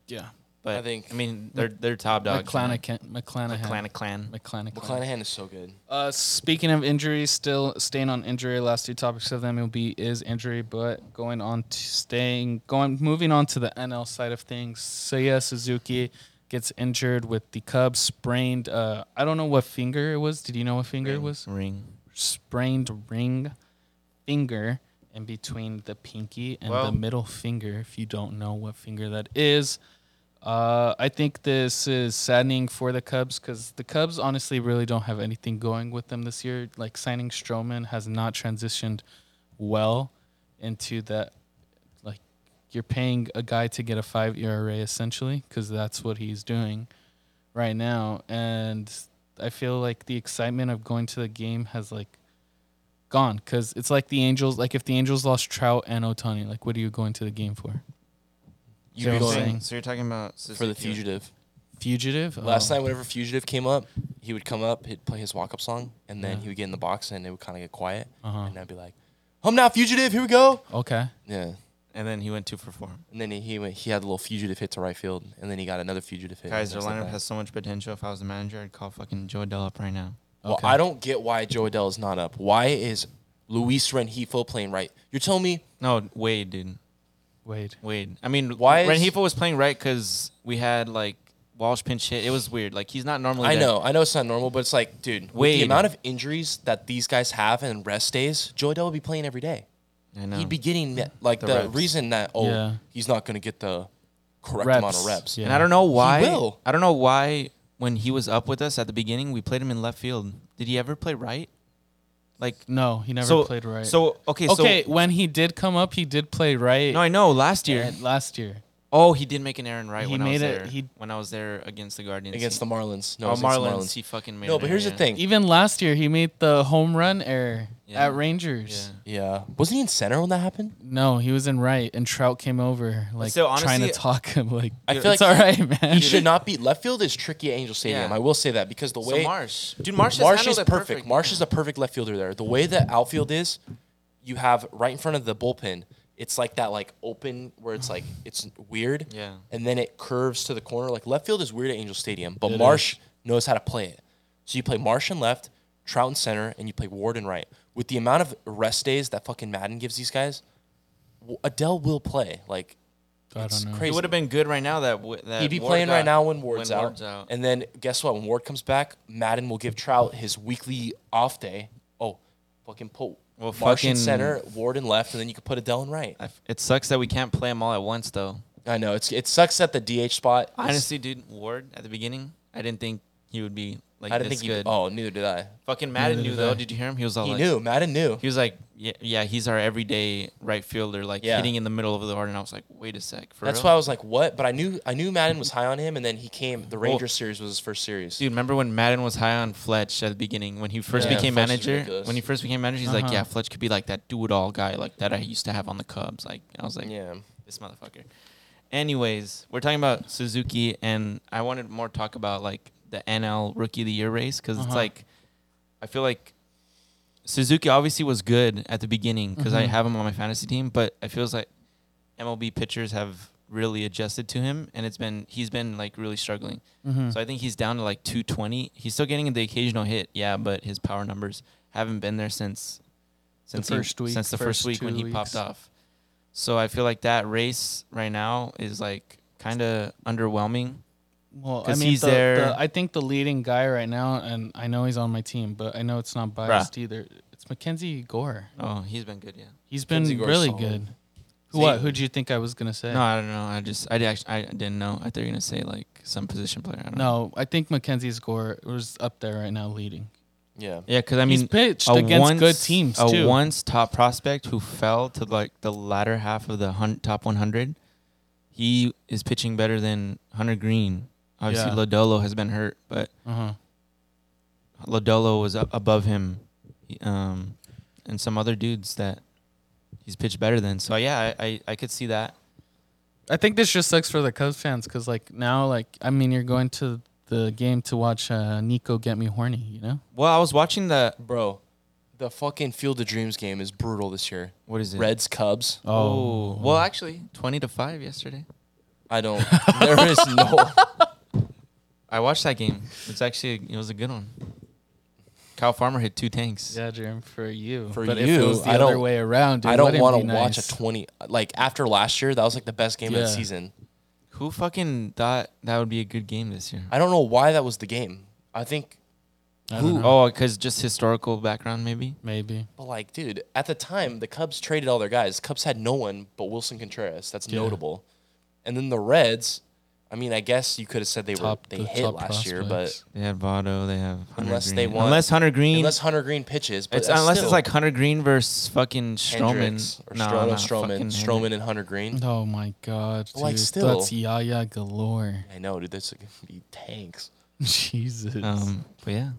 Speaker 1: Yeah.
Speaker 2: But
Speaker 3: I think-
Speaker 2: I mean they're they're top dog.
Speaker 1: McClanahan. McClanahan.
Speaker 2: McClanahan. Clan.
Speaker 1: McClanahan.
Speaker 3: McClanahan is so good.
Speaker 1: Uh, speaking of injuries, still staying on injury. Last two topics of them will be is injury, but going on to staying, going moving on to the NL side of things. Seiya Suzuki gets injured with the Cubs, sprained. Uh, I don't know what finger it was. Did you know what finger it was?
Speaker 2: Ring.
Speaker 1: sprained ring finger in between the pinky and the
Speaker 2: Well-
Speaker 1: middle finger if you don't know what finger that is uh, i think this is saddening for the cubs because the cubs honestly really don't have anything going with them this year like signing Stroman has not transitioned well into that like you're paying a guy to get a five ERA essentially because that's what he's doing right now, and I feel like the excitement of going to the game has like gone because it's like the Angels. Like if the Angels lost Trout and Otani, like what are you going to the game for?
Speaker 2: You
Speaker 1: So
Speaker 2: so,
Speaker 1: you're
Speaker 2: you're
Speaker 1: saying-
Speaker 2: so you're talking about
Speaker 3: for the
Speaker 2: Suzuki.
Speaker 3: fugitive.
Speaker 1: Fugitive.
Speaker 3: Last
Speaker 1: Oh.
Speaker 3: night, whenever fugitive came up, he would come up, he'd play his walk-up song, and then
Speaker 1: Yeah.
Speaker 3: he would get in the box, and it would kind of get quiet,
Speaker 1: Uh-huh.
Speaker 3: and I'd be like, "Home now, fugitive! Here we go!"
Speaker 1: Okay.
Speaker 3: Yeah.
Speaker 2: And then he went two for four.
Speaker 3: And then he he, went, he had a little fugitive hit to right field, and then he got another fugitive hit.
Speaker 2: Guys, their
Speaker 3: and things
Speaker 2: lineup
Speaker 3: like that.
Speaker 2: has so much potential. If I was the manager, I'd call fucking Joe Adele up right now.
Speaker 3: Well,
Speaker 1: Okay.
Speaker 3: I don't get why Joe Adell is not up. Why is Luis Renjifo playing right? You're telling me
Speaker 2: No, Wade, dude.
Speaker 1: Wait.
Speaker 2: Wade. I mean,
Speaker 3: Why
Speaker 2: why
Speaker 3: is-
Speaker 2: Renhefo was playing right because we had like Walsh pinch hit. It was weird. Like he's not normally.
Speaker 3: I
Speaker 2: that-
Speaker 3: know, I know it's not normal, but it's like, dude, with the
Speaker 2: Wade.
Speaker 3: amount of injuries that these guys have and rest days, Joe Adell would be playing every day.
Speaker 2: I know.
Speaker 3: He'd be getting that, like the,
Speaker 2: The reps.
Speaker 3: reason that oh
Speaker 1: Yeah.
Speaker 3: he's not going to get the correct amount of
Speaker 1: Reps,
Speaker 3: reps.
Speaker 1: yeah.
Speaker 2: And I don't know why.
Speaker 3: will.
Speaker 2: I don't know why when he was up with us at the beginning, we played him in left field. Did he ever play right? Like
Speaker 1: No, he never
Speaker 2: so
Speaker 1: played right.
Speaker 2: So okay,
Speaker 1: okay,
Speaker 2: So,
Speaker 1: when he did come up, he did play right.
Speaker 2: no, I know. Last year,
Speaker 1: and last year.
Speaker 2: oh, he did make an error in right
Speaker 1: He
Speaker 2: when I
Speaker 1: made
Speaker 2: was
Speaker 1: it-
Speaker 2: there.
Speaker 1: he-
Speaker 2: when I was there against the Guardians,
Speaker 3: Against the Marlins. No,
Speaker 2: oh,
Speaker 3: it was against the
Speaker 2: Marlins,
Speaker 3: Marlins.
Speaker 2: He fucking made.
Speaker 3: No,
Speaker 2: an
Speaker 3: but here's
Speaker 2: error,
Speaker 3: the thing.
Speaker 1: Even last year, he made the home run error
Speaker 2: Yeah.
Speaker 1: at Rangers.
Speaker 2: Yeah.
Speaker 3: Yeah. Wasn't he in center when that happened?
Speaker 1: No, he was in right, and Trout came over like
Speaker 2: still,
Speaker 1: trying to
Speaker 2: honestly,
Speaker 1: talk him. Like
Speaker 3: I
Speaker 1: it's
Speaker 3: feel
Speaker 1: all
Speaker 3: like
Speaker 1: right, man. [laughs]
Speaker 3: He should not be. Left field is tricky at Angel Stadium.
Speaker 2: Yeah.
Speaker 3: I will say that because the
Speaker 2: So
Speaker 3: way
Speaker 2: Marsh, dude, Marsh, has
Speaker 3: Marsh is
Speaker 2: handled it
Speaker 3: perfect. Marsh is a perfect left fielder there. The way the outfield is, you have right in front of the bullpen. It's like that, like open where it's like it's weird.
Speaker 2: Yeah.
Speaker 3: And then it curves to the corner. Like left field is weird at Angel Stadium, but
Speaker 1: It
Speaker 3: Marsh knows how to play it. So you play Marsh in left, Trout in center, and you play Ward in right. With the amount of rest days that fucking Madden gives these guys, w- Adele will play. Like
Speaker 1: I
Speaker 3: it's
Speaker 1: don't know.
Speaker 2: It
Speaker 3: crazy.
Speaker 2: would have been good right now that, w- that
Speaker 3: He'd be
Speaker 2: Ward
Speaker 3: playing
Speaker 2: got-
Speaker 3: right now when Ward's,
Speaker 2: when
Speaker 3: out.
Speaker 2: Ward's out.
Speaker 3: And then guess what? When Ward comes back, Madden will give Trout his weekly off day. Oh, fucking put
Speaker 2: Well,
Speaker 3: Marsh in
Speaker 2: fucking-
Speaker 3: center, Ward in left, and then you could put Adele in right.
Speaker 2: I f- it sucks that we can't play them all at once though.
Speaker 3: I know it's it sucks that the DH spot. is-
Speaker 2: Honestly, dude, Ward at the beginning, I didn't think he would be Like
Speaker 3: I didn't
Speaker 2: it's
Speaker 3: think he.
Speaker 2: good.
Speaker 3: Oh, neither did I.
Speaker 2: Fucking Madden
Speaker 1: Neither
Speaker 2: knew
Speaker 1: did I.
Speaker 2: though. Did you hear him? He was all
Speaker 3: He
Speaker 2: like,
Speaker 3: knew. Madden knew.
Speaker 2: He was like, yeah, yeah, he's our everyday right fielder, like
Speaker 3: Yeah.
Speaker 2: hitting in the middle of the heart. And I was like, wait a sec, for
Speaker 3: That's
Speaker 2: real?
Speaker 3: why I was like, what? But I knew I knew Madden was high on him, and then he came. The Rangers series was his first series.
Speaker 2: Dude, remember when Madden was high on Fletch at the beginning when he first
Speaker 3: Yeah,
Speaker 2: became
Speaker 3: Fletch is
Speaker 2: manager?
Speaker 3: ridiculous.
Speaker 2: When he first became manager, he's like,
Speaker 1: Uh-huh.
Speaker 2: yeah, Fletch could be like that do-it-all guy, like that I used to have on the Cubs. Like I was like,
Speaker 3: yeah.
Speaker 2: this motherfucker. Anyways, we're talking about Suzuki, and I wanted more talk about like the NL Rookie of the Year race because
Speaker 1: Uh-huh.
Speaker 2: it's like, I feel like Suzuki obviously was good at the beginning because I
Speaker 1: Mhm.
Speaker 2: have him on my fantasy team, but it feels like MLB pitchers have really adjusted to him, and it's been he's been like really struggling.
Speaker 1: Mhm.
Speaker 2: So I think he's down to like 220. He's still getting the occasional hit, yeah, but his power numbers haven't been there since since he-
Speaker 1: first week,
Speaker 2: since the
Speaker 1: first
Speaker 2: first week when
Speaker 1: two
Speaker 2: he popped
Speaker 1: weeks.
Speaker 2: off. So I feel like that race right now is like kind of underwhelming.
Speaker 1: Well, I
Speaker 2: 'Cause
Speaker 1: mean,
Speaker 2: he's
Speaker 1: the,
Speaker 2: there.
Speaker 1: the- I think the leading guy right now, and I know he's on my team, but I know it's not biased either. It's Mackenzie Gore.
Speaker 2: Oh, he's been good, yeah.
Speaker 1: He's been
Speaker 3: Mackenzie Gore's
Speaker 1: really
Speaker 3: solid.
Speaker 1: good.
Speaker 2: See-
Speaker 1: What? Who do you think I was gonna say?
Speaker 2: No, I don't know. I just I actually I didn't know. I thought you were gonna say like some position player. I don't Know.
Speaker 1: No, I think Mackenzie's Gore was up there right now, leading.
Speaker 3: Yeah.
Speaker 2: Yeah, because I
Speaker 1: He's
Speaker 2: mean,
Speaker 1: pitched
Speaker 2: a
Speaker 1: against
Speaker 2: once,
Speaker 1: good teams
Speaker 2: a
Speaker 1: too.
Speaker 2: once top prospect who fell to like the latter half of the hun- top 100. He is pitching better than Hunter Green. Obviously,
Speaker 1: Yeah.
Speaker 2: Lodolo has been hurt, but
Speaker 1: uh-huh.
Speaker 2: Lodolo was up above him, he- um, and some other dudes that he's pitched better than. So yeah, I I, I could see that.
Speaker 1: I think this just sucks for the Cubs fans because, like, now, like, I mean, you're going to the game to watch uh, Nico get me horny, you know?
Speaker 2: Well, I was watching the
Speaker 3: Bro, the fucking Field of Dreams game is brutal this year.
Speaker 2: what is it?
Speaker 3: Reds Cubs.
Speaker 2: Oh, well, actually, twenty to five yesterday.
Speaker 3: I don't. There is no.
Speaker 2: I watched that game. It's actually it was a good one. Kyle Farmer hit two tanks.
Speaker 1: yeah, Jerem, for you.
Speaker 3: For
Speaker 1: but if it
Speaker 3: you,
Speaker 1: was the
Speaker 3: I
Speaker 1: other
Speaker 3: don't-
Speaker 1: way around,
Speaker 3: I don't
Speaker 1: want to
Speaker 3: watch a twenty. Like after last year, that was like the best game of the
Speaker 1: Yeah.
Speaker 3: season.
Speaker 2: Who fucking thought that would be a good game this year?
Speaker 3: I don't know why that was the game. I think,
Speaker 1: I don't know.
Speaker 2: Oh, because just historical background, maybe.
Speaker 1: Maybe.
Speaker 3: but like, dude, at the time, the Cubs traded all their guys. Cubs had no one but Wilson Contreras. That's
Speaker 1: Yeah.
Speaker 3: notable. And then the Reds. I mean, I guess you could have said they
Speaker 1: Top-
Speaker 3: were they
Speaker 1: the
Speaker 3: hit
Speaker 1: top
Speaker 3: last year, but
Speaker 1: prospects.
Speaker 2: They have Votto. They have Hunter
Speaker 3: Unless
Speaker 2: Green.
Speaker 3: they want-
Speaker 2: unless Hunter Green,
Speaker 3: unless Hunter Green pitches, but
Speaker 2: it's,
Speaker 3: that's
Speaker 2: unless
Speaker 3: still
Speaker 2: it's like Hunter Green versus fucking Stroman.
Speaker 3: Hendricks or
Speaker 2: No,
Speaker 3: Stroman,
Speaker 2: no,
Speaker 3: Stroman,
Speaker 2: fucking
Speaker 3: Stroman, and Hunter Green.
Speaker 1: Oh, my God.
Speaker 3: But, like,
Speaker 1: dude,
Speaker 3: still-
Speaker 1: That's Yaya galore. [laughs]
Speaker 3: I know, dude. That's gonna be tanks.
Speaker 1: Jesus.
Speaker 2: Hendricks. Um, but yeah,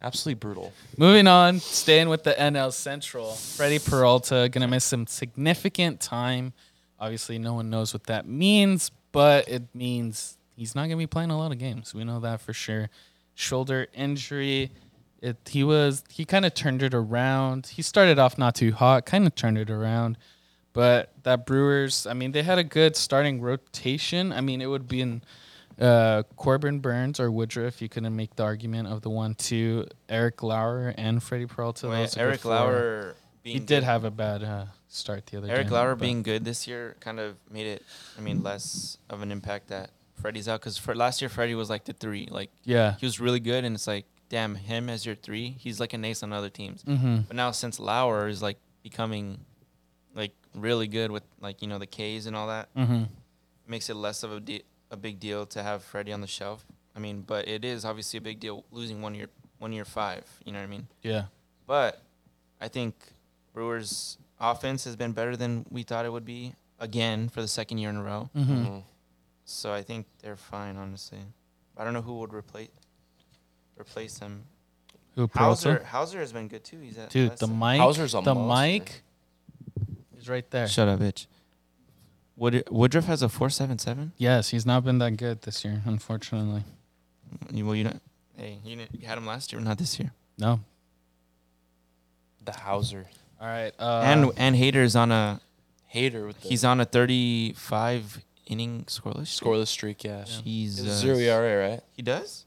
Speaker 3: Absolutely brutal.
Speaker 1: Moving on, staying with the NL Central. Freddie Peralta gonna miss some significant time. Obviously, no one knows what that means, but it means he's not gonna be playing a lot of games. We know that for sure. Shoulder injury. It he was he kind of turned it around. He started off not too hot, kind of turned it around. But that Brewers, I mean, they had a good starting rotation. I mean, it would be in uh, Corbin Burns or Woodruff. You couldn't make the argument of the one, two, Eric Lauer and Freddie Peralta. That was a good
Speaker 2: Eric
Speaker 1: four.
Speaker 2: Lauer. Being
Speaker 1: He did have a bad uh, start the other day.
Speaker 2: Eric Lauer being good this year kind of made it. I mean, less of an impact that Freddie's out because for last year Freddie was like the three, like
Speaker 1: yeah.
Speaker 2: he was really good, and it's like, damn, him as your three, he's like an ace on other teams.
Speaker 1: Mm-hmm.
Speaker 2: But now since Lauer is like becoming like really good with like you know the K's and all that,
Speaker 1: Mm-hmm.
Speaker 2: makes it less of a de- a big deal to have Freddie on the shelf. I mean, but it is obviously a big deal losing one year one year five. You know what I mean?
Speaker 1: Yeah.
Speaker 2: But I think Brewers offense has been better than we thought it would be again for the second year in a row.
Speaker 1: Mm-hmm.
Speaker 3: Mhm.
Speaker 2: So I think they're fine, honestly. I don't know who would replace replace them.
Speaker 1: Who
Speaker 2: Hauser
Speaker 1: Peralta?
Speaker 2: Hauser has been good too. He's at
Speaker 1: Dude,
Speaker 2: last
Speaker 1: the
Speaker 2: time.
Speaker 1: mic.
Speaker 3: Hauser's a
Speaker 1: the
Speaker 3: monster.
Speaker 1: mic is right there.
Speaker 2: Shut up, bitch. Wood- Woodruff has a four seven seven.
Speaker 1: Yes, he's not been that good this year, unfortunately.
Speaker 2: Well, you don't. Hey, you, didn't, you had him last year, not this year.
Speaker 1: No.
Speaker 3: The Hauser
Speaker 1: All right. Uh,
Speaker 2: and and Hater's on a
Speaker 3: hater with the
Speaker 2: he's on a thirty five inning scoreless. streak.
Speaker 3: scoreless streak. Yeah, He has
Speaker 2: Jesus.
Speaker 3: a zero E ERA, right?
Speaker 2: He does.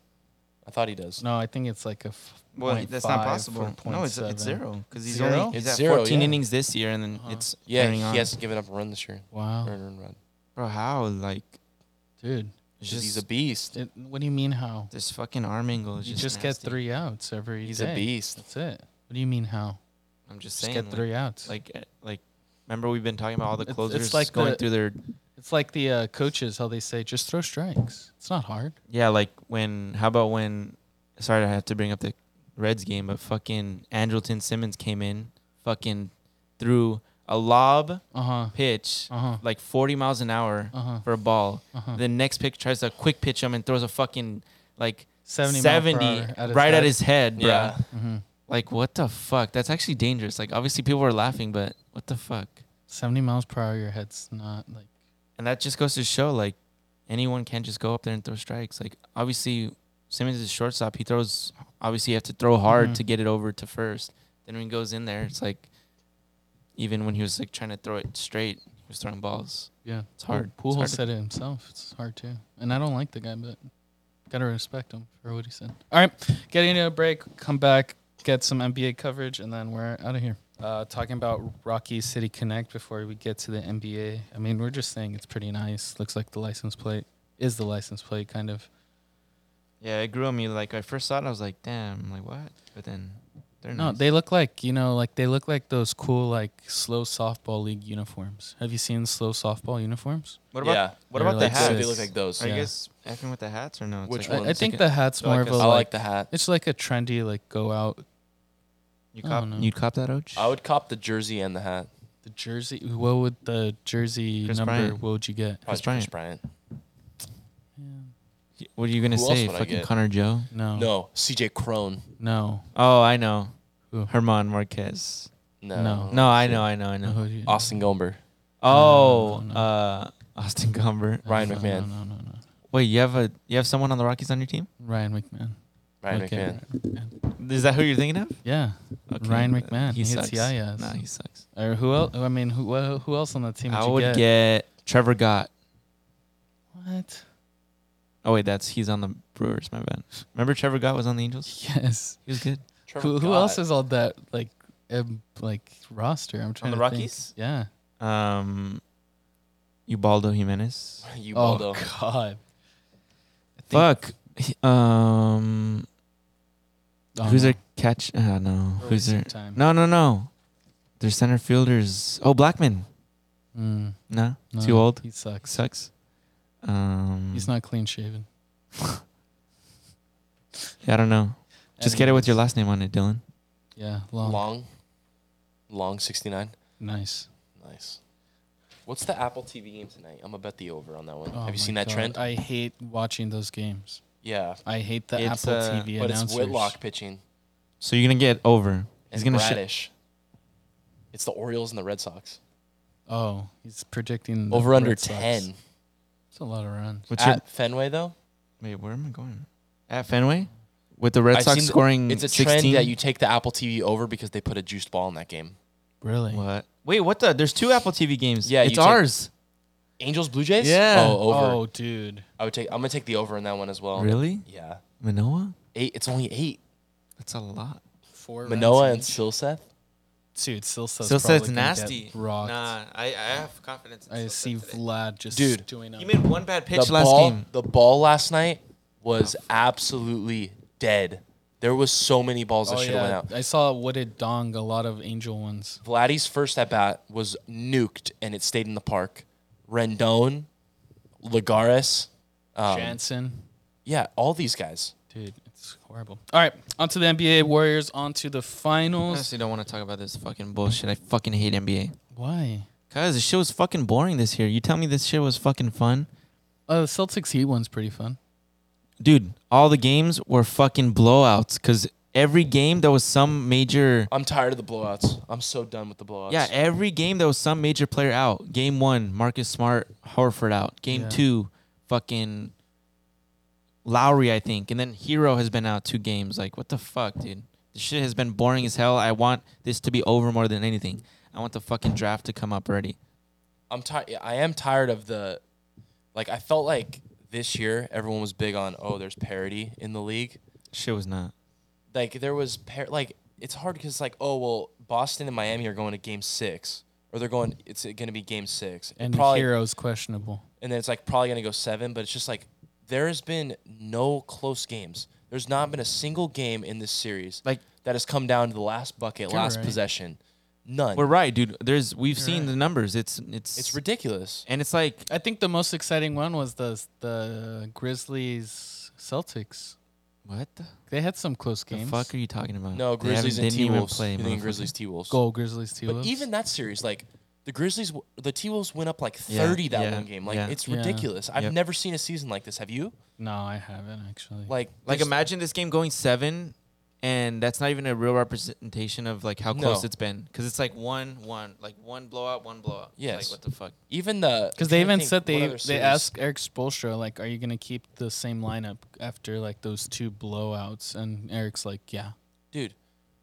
Speaker 3: I thought he does.
Speaker 1: no, I think it's like a. F-
Speaker 2: Well,
Speaker 1: point
Speaker 2: that's
Speaker 1: five
Speaker 2: not
Speaker 1: or
Speaker 2: possible.
Speaker 1: point
Speaker 2: No, it's
Speaker 1: seven.
Speaker 2: it's zero because he's
Speaker 1: Zero?
Speaker 2: only he's
Speaker 3: It's
Speaker 2: at
Speaker 3: zero,
Speaker 2: fourteen
Speaker 3: yeah.
Speaker 2: innings this year, and then
Speaker 1: Uh-huh.
Speaker 2: it's
Speaker 3: Yeah,
Speaker 2: turning
Speaker 3: he
Speaker 2: on. Oh.
Speaker 3: hasn't given up a run this year. Or
Speaker 1: Wow,
Speaker 3: an earned run.
Speaker 2: Bro, how like
Speaker 1: dude.
Speaker 2: it's
Speaker 3: Just,
Speaker 2: just
Speaker 3: he's a beast.
Speaker 1: It, what do you mean how?
Speaker 2: this fucking arm angle is
Speaker 1: You
Speaker 2: just
Speaker 1: just
Speaker 2: nasty.
Speaker 1: get three outs every
Speaker 3: He's
Speaker 1: day.
Speaker 3: a beast.
Speaker 1: That's it. What do you mean how?
Speaker 2: I'm
Speaker 1: Just
Speaker 2: just saying.
Speaker 1: get
Speaker 2: like-
Speaker 1: three outs. Like
Speaker 2: Like eh, like, remember we've been talking about all the
Speaker 1: It's-
Speaker 2: closers
Speaker 1: it's like
Speaker 2: going
Speaker 1: the-
Speaker 2: through their
Speaker 1: it's like the uh, coaches how they say just throw strikes. It's not hard.
Speaker 2: Yeah, like when how about when sorry I had to bring up the Reds game, but fucking Andrelton Simmons came in, fucking threw a lob
Speaker 1: Uh huh.
Speaker 2: pitch
Speaker 1: Uh huh.
Speaker 2: like 40 miles an hour
Speaker 1: Uh-huh.
Speaker 2: for a ball.
Speaker 1: Uh-huh.
Speaker 2: The next pick tries to quick pitch him and throws a fucking like
Speaker 1: 70
Speaker 2: 70,
Speaker 1: mile per hour at his
Speaker 2: right
Speaker 1: head.
Speaker 2: at his head, bruh.
Speaker 3: Yeah.
Speaker 1: Mm-hmm.
Speaker 2: Like what the fuck? That's actually dangerous. Like obviously people were laughing, but what the fuck?
Speaker 1: 70 miles per hour. Your head's not like.
Speaker 2: And that just goes to show like anyone can't just go up there and throw strikes. Like obviously Simmons is shortstop. He throws obviously you have to throw hard
Speaker 1: Mhm.
Speaker 2: to get it over to first. Then when he goes in there, it's like even when he was like trying to throw it straight, he was throwing balls.
Speaker 1: Yeah,
Speaker 2: It's hard.
Speaker 1: Pujol
Speaker 2: It's hard to-
Speaker 1: said it himself. It's hard too, and I don't like the guy, but gotta respect him for what he said. All right, getting into a break. Come back, get some NBA coverage, and then we're out of here. Uh, talking about Rocky City Connect before we get to the NBA. I mean, we're just saying it's pretty nice. Looks like the license plate is the license plate, kind of.
Speaker 2: Yeah, it grew on me. Like I first saw it, I was like, "Damn, like what?" But then they're
Speaker 1: No,
Speaker 2: not.
Speaker 1: they look like you know, like they look like those cool like slow softball league uniforms. Have you seen slow softball uniforms?
Speaker 2: what about
Speaker 3: yeah.
Speaker 2: what
Speaker 1: They're
Speaker 2: about the
Speaker 1: like
Speaker 3: They look-
Speaker 2: hats?
Speaker 1: this.
Speaker 3: They look like those.
Speaker 2: Are
Speaker 1: Yeah.
Speaker 2: you guys effing with the hats or no? It's
Speaker 3: Which
Speaker 2: like,
Speaker 1: I,
Speaker 3: one?
Speaker 1: I
Speaker 2: it's
Speaker 1: think
Speaker 2: like
Speaker 1: the hat's
Speaker 2: they're
Speaker 1: more
Speaker 2: like
Speaker 1: of
Speaker 2: a-
Speaker 1: a
Speaker 3: I
Speaker 1: like
Speaker 3: like the hat.
Speaker 1: It's like a trendy, like go out
Speaker 2: a- you
Speaker 1: I
Speaker 2: cop.
Speaker 1: don't know.
Speaker 2: You'd cop that, Oach?
Speaker 3: I would cop the jersey and the hat.
Speaker 1: the jersey. What would the jersey
Speaker 2: Chris
Speaker 1: number?
Speaker 2: Bryant.
Speaker 1: What would you get?
Speaker 3: Probably
Speaker 2: Chris Bryant.
Speaker 3: Chris Bryant.
Speaker 2: What are you gonna
Speaker 3: Who else
Speaker 2: say?
Speaker 3: would I
Speaker 2: Fucking
Speaker 3: get?
Speaker 2: Connor Joe?
Speaker 1: No, no,
Speaker 3: No, CJ Crone.
Speaker 1: no.
Speaker 2: Oh, I know.
Speaker 1: Who?
Speaker 2: Herman Marquez.
Speaker 3: No.
Speaker 1: No.
Speaker 2: No, I know, I know, I
Speaker 1: No,
Speaker 2: know.
Speaker 1: who do you-
Speaker 3: Austin Gomber.
Speaker 2: Oh,
Speaker 1: no, no.
Speaker 2: uh, Austin Gomber.
Speaker 1: no,
Speaker 3: Ryan
Speaker 1: no,
Speaker 3: McMahon.
Speaker 1: No, no, no, no.
Speaker 2: Wait, you have a you have someone on the Rockies on your team?
Speaker 1: Ryan McMahon.
Speaker 3: Ryan
Speaker 1: Okay,
Speaker 3: McMahon.
Speaker 1: Ryan McMahon.
Speaker 2: Is that who you're thinking of?
Speaker 1: Yeah,
Speaker 2: Okay.
Speaker 1: Ryan McMahon.
Speaker 2: uh, He,
Speaker 1: He hits
Speaker 2: sucks.
Speaker 1: yayas.
Speaker 2: No, he sucks.
Speaker 1: or who else? I mean, who wha- who else on that team? Would
Speaker 2: I
Speaker 1: you
Speaker 2: would
Speaker 1: get?
Speaker 2: get? Trevor Gott.
Speaker 1: what? [laughs]
Speaker 2: Oh wait, that's he's on the Brewers. My bad. Remember Trevor Gott was on the Angels.
Speaker 1: Yes.
Speaker 2: He was good.
Speaker 3: Trevor
Speaker 1: Who, who
Speaker 3: Gott.
Speaker 1: else is on that like um, like roster? I'm trying
Speaker 2: the
Speaker 1: to think.
Speaker 2: Rockies?
Speaker 1: Yeah.
Speaker 2: Um, Ubaldo Jimenez.
Speaker 3: [laughs] Ubaldo.
Speaker 1: Oh God.
Speaker 2: Fuck. Um,
Speaker 1: Oh,
Speaker 2: [laughs] who's
Speaker 1: no.
Speaker 2: their catch? Uh, no.
Speaker 1: We're
Speaker 2: Who's their?
Speaker 1: wasting time.
Speaker 2: No, no, no. Their center fielders. Oh, Blackman.
Speaker 1: Mm,
Speaker 2: No,
Speaker 1: no,
Speaker 2: too old.
Speaker 1: He sucks.
Speaker 2: Sucks. Um,
Speaker 1: He's not clean shaven.
Speaker 2: yeah, I don't know. Just get it with your
Speaker 1: Anyways.
Speaker 2: last name on it, Dylan.
Speaker 1: Yeah, long.
Speaker 3: Long. Long 69.
Speaker 1: Nice.
Speaker 3: Nice. What's the Apple TV game tonight? I'm gonna bet the over on that one.
Speaker 1: Oh
Speaker 3: Have
Speaker 1: my
Speaker 3: you seen that
Speaker 1: God.
Speaker 3: trend?
Speaker 1: I hate watching those games.
Speaker 3: Yeah,
Speaker 1: I hate the
Speaker 2: It's,
Speaker 1: Apple
Speaker 2: uh,
Speaker 1: TV
Speaker 3: but
Speaker 1: announcers.
Speaker 3: it's Whitlock pitching
Speaker 2: So you're gonna get over. He's
Speaker 3: and
Speaker 2: gonna. Sh-
Speaker 3: Radish. it's the Orioles and the Red Sox.
Speaker 1: Oh, he's predicting the
Speaker 3: Over under
Speaker 1: Red Sox.
Speaker 3: ten
Speaker 1: It's a lot of runs.
Speaker 2: what's your,
Speaker 3: at Fenway though.
Speaker 2: wait, where am I going? At Fenway, with the Red
Speaker 3: I've
Speaker 2: Sox
Speaker 3: seen the-
Speaker 2: scoring.
Speaker 3: It's a
Speaker 2: 16?
Speaker 3: trend that you take the Apple TV over because they put a juiced ball in that game.
Speaker 1: Really?
Speaker 2: What? Wait, what the? There's two Apple TV games.
Speaker 3: Yeah,
Speaker 2: it's
Speaker 3: you take-
Speaker 2: ours.
Speaker 3: Angels Blue Jays.
Speaker 2: Yeah.
Speaker 3: Oh, over.
Speaker 1: Oh, dude.
Speaker 3: I would take. I'm gonna take the over in that one as well.
Speaker 2: Really?
Speaker 3: Yeah.
Speaker 2: Manoa?
Speaker 3: Eight. It's only eight.
Speaker 2: That's a lot.
Speaker 1: Four
Speaker 3: Manoa
Speaker 1: runs
Speaker 3: and
Speaker 1: each.
Speaker 3: Silseth.
Speaker 1: dude. Silsa's
Speaker 2: Still says
Speaker 1: probably
Speaker 2: it's
Speaker 1: gonna get
Speaker 2: nasty.
Speaker 1: Rocked.
Speaker 2: Nah, I, I have confidence. In
Speaker 1: I
Speaker 2: Silseth
Speaker 1: see
Speaker 2: today.
Speaker 1: Vlad just
Speaker 3: Dude,
Speaker 1: doing.
Speaker 2: He made one bad pitch
Speaker 3: the
Speaker 2: last
Speaker 3: ball,
Speaker 2: game.
Speaker 3: The ball last night was absolutely dead. There was so many balls that
Speaker 1: oh,
Speaker 3: should have
Speaker 1: yeah.
Speaker 3: went out.
Speaker 1: I saw Wooded Dong a lot of Angel ones.
Speaker 3: Vladdy's first at bat was nuked and it stayed in the park. Rendon, Lagares, um,
Speaker 1: Jansen.
Speaker 3: yeah, all these guys.
Speaker 1: Dude, it's horrible. All right, onto the NBA Warriors, onto the
Speaker 2: I
Speaker 1: finals.
Speaker 2: honestly don't want to talk about this fucking bullshit. I fucking hate NBA.
Speaker 1: Why?
Speaker 2: Cause this shit was fucking boring this year. You tell me this shit was fucking fun,
Speaker 1: Oh, the Celtics Heat one's pretty fun.
Speaker 2: dude. All the games were fucking blowouts. Cause every game there was some major.
Speaker 3: I'm tired of the blowouts. I'm so done with the blowouts.
Speaker 2: Yeah, every game there was some major player out. Game one, Marcus Smart, Horford out. Game
Speaker 1: Yeah.
Speaker 2: two, fucking Lowry, I think, and then Hero has been out two games. Like, what the fuck, dude? This shit has been boring as hell. I want this to be over more than anything. I want the fucking draft to come up already.
Speaker 3: I'm tired. I am tired of the, like I felt like this year everyone was big on oh there's parity in the league.
Speaker 2: Shit was not.
Speaker 3: like there was pair like it's hard because like oh well Boston and Miami are going to game six or they're going it's going to be game six
Speaker 1: And
Speaker 3: probably
Speaker 1: Hero's questionable.
Speaker 3: and then it's like probably going to go seven but it's just like there has been no close games there's not been a single game in this series
Speaker 2: Like-
Speaker 3: that has come down to the last bucket
Speaker 1: You're
Speaker 3: last
Speaker 1: right.
Speaker 3: possession none
Speaker 2: We're right, dude. There's we've seen
Speaker 1: right.
Speaker 2: the numbers. It's it's
Speaker 3: it's ridiculous
Speaker 2: and it's like
Speaker 1: I think the most exciting one was the the Grizzlies Celtics.
Speaker 2: What the,
Speaker 1: They had some close
Speaker 2: the
Speaker 1: games.
Speaker 2: fuck are you talking about?
Speaker 3: No,
Speaker 2: They haven't-
Speaker 3: Grizzlies and
Speaker 2: didn't
Speaker 3: T
Speaker 2: even
Speaker 3: Wolves.
Speaker 2: play,
Speaker 3: You think
Speaker 2: motherfucker.
Speaker 3: Grizzlies T Wolves?
Speaker 1: Go Grizzlies, T
Speaker 3: But
Speaker 1: Wolves.
Speaker 3: even that series, like the Grizzlies, w- the T Wolves went up like
Speaker 2: Yeah,
Speaker 3: thirty that
Speaker 2: yeah,
Speaker 3: one game. Like
Speaker 2: yeah.
Speaker 3: it's
Speaker 1: Yeah.
Speaker 3: ridiculous. I've
Speaker 2: Yep.
Speaker 3: never seen a season like this. Have you?
Speaker 1: no, I haven't actually.
Speaker 3: Like
Speaker 2: Like
Speaker 3: just-
Speaker 2: imagine this game going seven, and that's not even a real representation of like how close
Speaker 3: No.
Speaker 2: it's been because it's like one one like one blowout, one blowout.
Speaker 3: Yes.
Speaker 2: Like what the fuck?
Speaker 3: even the
Speaker 1: Because
Speaker 3: I'm
Speaker 1: they
Speaker 3: trying to
Speaker 1: even
Speaker 3: think
Speaker 1: said
Speaker 3: what
Speaker 1: they
Speaker 3: other
Speaker 1: they
Speaker 3: series-
Speaker 1: asked Eric Spoelstra like, "Are you gonna keep the same lineup after like those two blowouts?" And Eric's like, "Yeah."
Speaker 3: dude.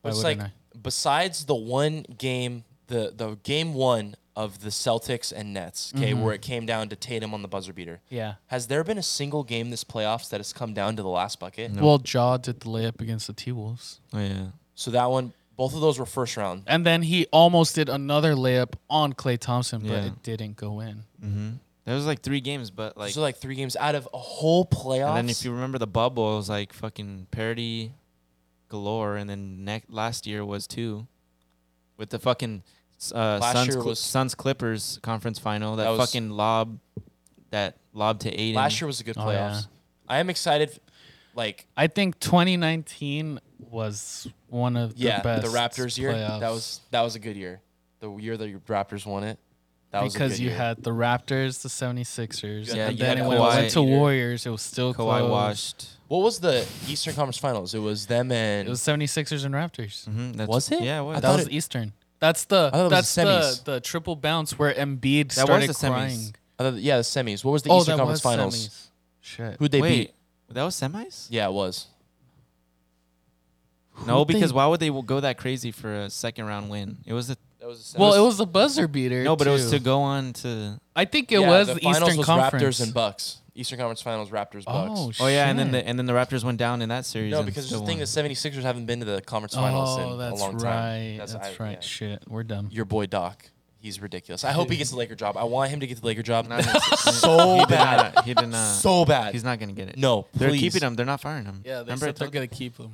Speaker 1: Why
Speaker 3: It's like
Speaker 1: wouldn't
Speaker 3: besides the one game, the the game one of the Celtics and Nets, okay,
Speaker 1: Mm-hmm.
Speaker 3: where it came down to Tatum on the buzzer beater.
Speaker 1: Yeah.
Speaker 3: Has there been a single game this playoffs that has come down to the last bucket?
Speaker 2: No.
Speaker 1: Well, Jaw did the layup against the T Wolves,
Speaker 2: Oh yeah.
Speaker 3: So that one, both of those were first round.
Speaker 1: and then he almost did another layup on Clay Thompson, but
Speaker 2: Yeah.
Speaker 1: it didn't go in.
Speaker 2: Mm-hmm. That was like three games, but like.
Speaker 3: Those are like three games out of a whole playoffs.
Speaker 2: and then if you remember the bubble, it was like fucking parody galore, and then next last year was two, with the fucking uh,
Speaker 3: Last
Speaker 2: Suns
Speaker 3: year
Speaker 2: Cl-
Speaker 3: was-
Speaker 2: Suns Clippers conference final. That,
Speaker 3: That was-
Speaker 2: fucking lob, that lob to Aiden.
Speaker 3: Last year was a good
Speaker 1: Oh,
Speaker 3: playoffs. I am excited. Like
Speaker 1: I think 2019 was one of
Speaker 3: yeah,
Speaker 1: the best.
Speaker 3: the Raptors year. That
Speaker 1: playoffs.
Speaker 3: was that was a good year. The year the Raptors won it. That was a
Speaker 1: because
Speaker 3: good
Speaker 1: you
Speaker 3: year.
Speaker 1: had the Raptors, the 76ers,
Speaker 2: Yeah,
Speaker 1: and
Speaker 2: you
Speaker 1: then
Speaker 2: had
Speaker 1: when it went
Speaker 2: Kawhi.
Speaker 1: to Warriors, it was still
Speaker 2: Kawhi
Speaker 1: close.
Speaker 2: washed.
Speaker 3: what was the Eastern Conference Finals? It was them and
Speaker 1: It was 76ers and Raptors.
Speaker 2: Mm-hmm, that's,
Speaker 3: Was it?
Speaker 2: Yeah, it
Speaker 3: I
Speaker 2: was.
Speaker 1: That
Speaker 3: thought
Speaker 1: was
Speaker 3: it-
Speaker 1: Eastern. That's the
Speaker 3: thought it was
Speaker 1: that's
Speaker 3: the
Speaker 1: the,
Speaker 3: semis.
Speaker 1: the triple bounce where Embiid
Speaker 2: That
Speaker 1: started
Speaker 2: was the semis.
Speaker 1: crying.
Speaker 3: I thought- yeah the semis. What was the
Speaker 1: oh,
Speaker 3: Eastern
Speaker 1: that
Speaker 3: Conference
Speaker 1: was
Speaker 3: Finals?
Speaker 1: semis. Shit.
Speaker 3: Who'd they
Speaker 2: Wait,
Speaker 3: beat?
Speaker 2: that was semis?
Speaker 3: Yeah, it was.
Speaker 2: No,
Speaker 1: Who'd
Speaker 2: because
Speaker 1: they-
Speaker 2: why would they w- go that crazy for a second round win? It was the
Speaker 3: That was
Speaker 1: well, it was the buzzer beater.
Speaker 2: no, but it was
Speaker 1: too.
Speaker 2: to go on to
Speaker 1: I think it was
Speaker 3: the,
Speaker 1: the,
Speaker 3: finals
Speaker 1: Eastern
Speaker 3: was
Speaker 1: Conference.
Speaker 3: Raptors and Bucks. Eastern Conference Finals Raptors Bucks.
Speaker 1: oh,
Speaker 2: oh yeah, and then
Speaker 1: shit.
Speaker 2: the and then the Raptors went down in that series.
Speaker 3: no,
Speaker 2: and
Speaker 3: because there's
Speaker 2: still
Speaker 3: the thing
Speaker 2: won. [laughs]
Speaker 3: the 76ers haven't been to the conference finals
Speaker 1: oh,
Speaker 3: in
Speaker 1: that's
Speaker 3: a long
Speaker 1: right.
Speaker 3: time.
Speaker 1: That's,
Speaker 3: I-
Speaker 1: right.
Speaker 3: yeah.
Speaker 1: Shit, we're dumb.
Speaker 3: Your boy Doc, he's ridiculous. I hope he gets the Laker job. I want him to get the Laker job
Speaker 2: Not gonna-
Speaker 3: [laughs] so
Speaker 2: he did
Speaker 3: bad.
Speaker 2: not. He did not.
Speaker 3: So bad.
Speaker 2: He's not gonna get it.
Speaker 3: No,
Speaker 2: they're
Speaker 3: please.
Speaker 2: keeping him. They're not firing him.
Speaker 1: Yeah, they
Speaker 2: Remember I
Speaker 1: said they're
Speaker 2: told you?
Speaker 1: gonna keep him.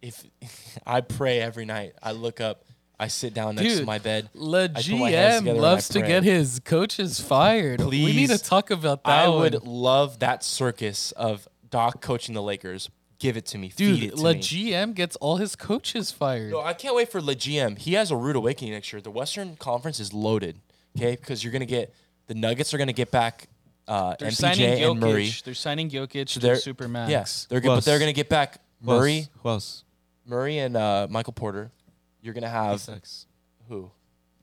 Speaker 3: If [laughs] I pray every night, I look up, I sit down next to
Speaker 1: Dude.
Speaker 3: my bed.
Speaker 1: The
Speaker 3: I put my hands together
Speaker 1: GM
Speaker 3: and I
Speaker 1: loves to
Speaker 3: pray.
Speaker 1: get his coaches fired. We need to
Speaker 3: Please.
Speaker 1: talk about that.
Speaker 3: I would
Speaker 1: one.
Speaker 3: love that circus of Doc coaching the Lakers. Give it to me. Feed
Speaker 1: Dude,
Speaker 3: it to
Speaker 1: the
Speaker 3: me.
Speaker 1: GM gets all his coaches fired.
Speaker 3: No, I can't wait for Le GM. He has a rude awakening next year. The Western Conference is loaded, okay? Because you're gonna get the Nuggets are gonna get back uh,
Speaker 1: They're signing
Speaker 3: MPJ
Speaker 1: Jokic.
Speaker 3: and Murray.
Speaker 1: They're signing Jokic to
Speaker 3: They're
Speaker 1: super max.
Speaker 3: Yes, they're
Speaker 2: Who
Speaker 3: good, but they're
Speaker 2: else?
Speaker 3: gonna get back
Speaker 2: Who else?
Speaker 3: Murray,
Speaker 2: Who else? Uh,
Speaker 3: Murray and uh, Michael Porter. You're gonna
Speaker 2: He
Speaker 3: have
Speaker 2: sucks.
Speaker 3: who?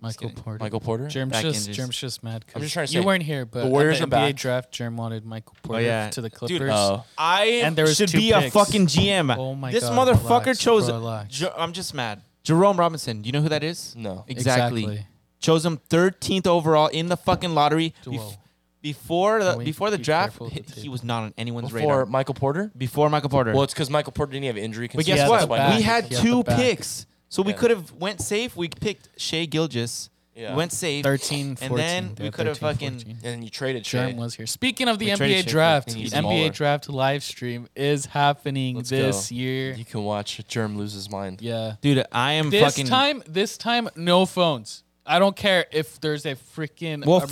Speaker 1: Michael
Speaker 2: kidding.
Speaker 1: Porter.
Speaker 3: Michael Porter.
Speaker 1: Germ's
Speaker 2: Back
Speaker 1: just
Speaker 2: injuries.
Speaker 1: Germ's just mad. 'cause
Speaker 3: I'm just trying to
Speaker 1: you
Speaker 3: say,
Speaker 1: weren't here, but
Speaker 3: Warriors are
Speaker 1: at the NBA
Speaker 3: back.
Speaker 1: draft, Germ wanted Michael Porter
Speaker 2: yeah.
Speaker 1: to the
Speaker 2: Dude,
Speaker 1: Clippers.
Speaker 3: Oh,
Speaker 2: I
Speaker 1: And there was
Speaker 2: should
Speaker 1: two
Speaker 2: be a
Speaker 1: picks.
Speaker 2: fucking GM.
Speaker 1: Oh my
Speaker 2: this
Speaker 1: God,
Speaker 2: motherfucker
Speaker 1: relax,
Speaker 2: chose.
Speaker 1: relax.
Speaker 2: Jo- I'm just mad. Jerome Robinson. You know who that is?
Speaker 3: No.
Speaker 2: Exactly. Chose him 13th overall in the fucking lottery. Bef-
Speaker 1: Duo.
Speaker 2: before the
Speaker 1: Can we
Speaker 2: before the
Speaker 1: be
Speaker 2: draft,
Speaker 1: careful with
Speaker 2: he,
Speaker 1: the
Speaker 2: he
Speaker 1: tape?
Speaker 2: was not on anyone's
Speaker 3: before
Speaker 2: radar.
Speaker 3: Michael Porter.
Speaker 2: Before Michael Porter.
Speaker 3: Well, it's because Michael Porter didn't have injury
Speaker 2: but guess
Speaker 3: concerns.
Speaker 1: had
Speaker 3: that's
Speaker 2: what?
Speaker 1: the back.
Speaker 2: We had
Speaker 1: He had
Speaker 2: two
Speaker 1: the back.
Speaker 2: picks, so we
Speaker 3: Yeah.
Speaker 2: could have went safe. We picked Shea Gilgis.
Speaker 3: Yeah.
Speaker 2: Went safe.
Speaker 1: 13, 14.
Speaker 2: And then
Speaker 1: They
Speaker 2: we
Speaker 1: had
Speaker 2: could have
Speaker 1: 13,
Speaker 2: fucking-
Speaker 1: 14.
Speaker 3: and you traded Shea.
Speaker 1: Germ was here. Speaking of the
Speaker 2: We traded
Speaker 1: NBA
Speaker 2: Shaq for-
Speaker 1: draft,
Speaker 3: and
Speaker 1: the
Speaker 3: he's
Speaker 1: NBA
Speaker 3: smaller.
Speaker 1: draft live stream is happening
Speaker 3: Let's
Speaker 1: this
Speaker 3: go.
Speaker 1: year.
Speaker 3: You can watch Germ lose his mind.
Speaker 1: Yeah.
Speaker 2: Dude, I am
Speaker 1: This
Speaker 2: fucking.
Speaker 1: time, this time, no phones. I don't care if there's a freaking.
Speaker 2: well,
Speaker 1: emergency.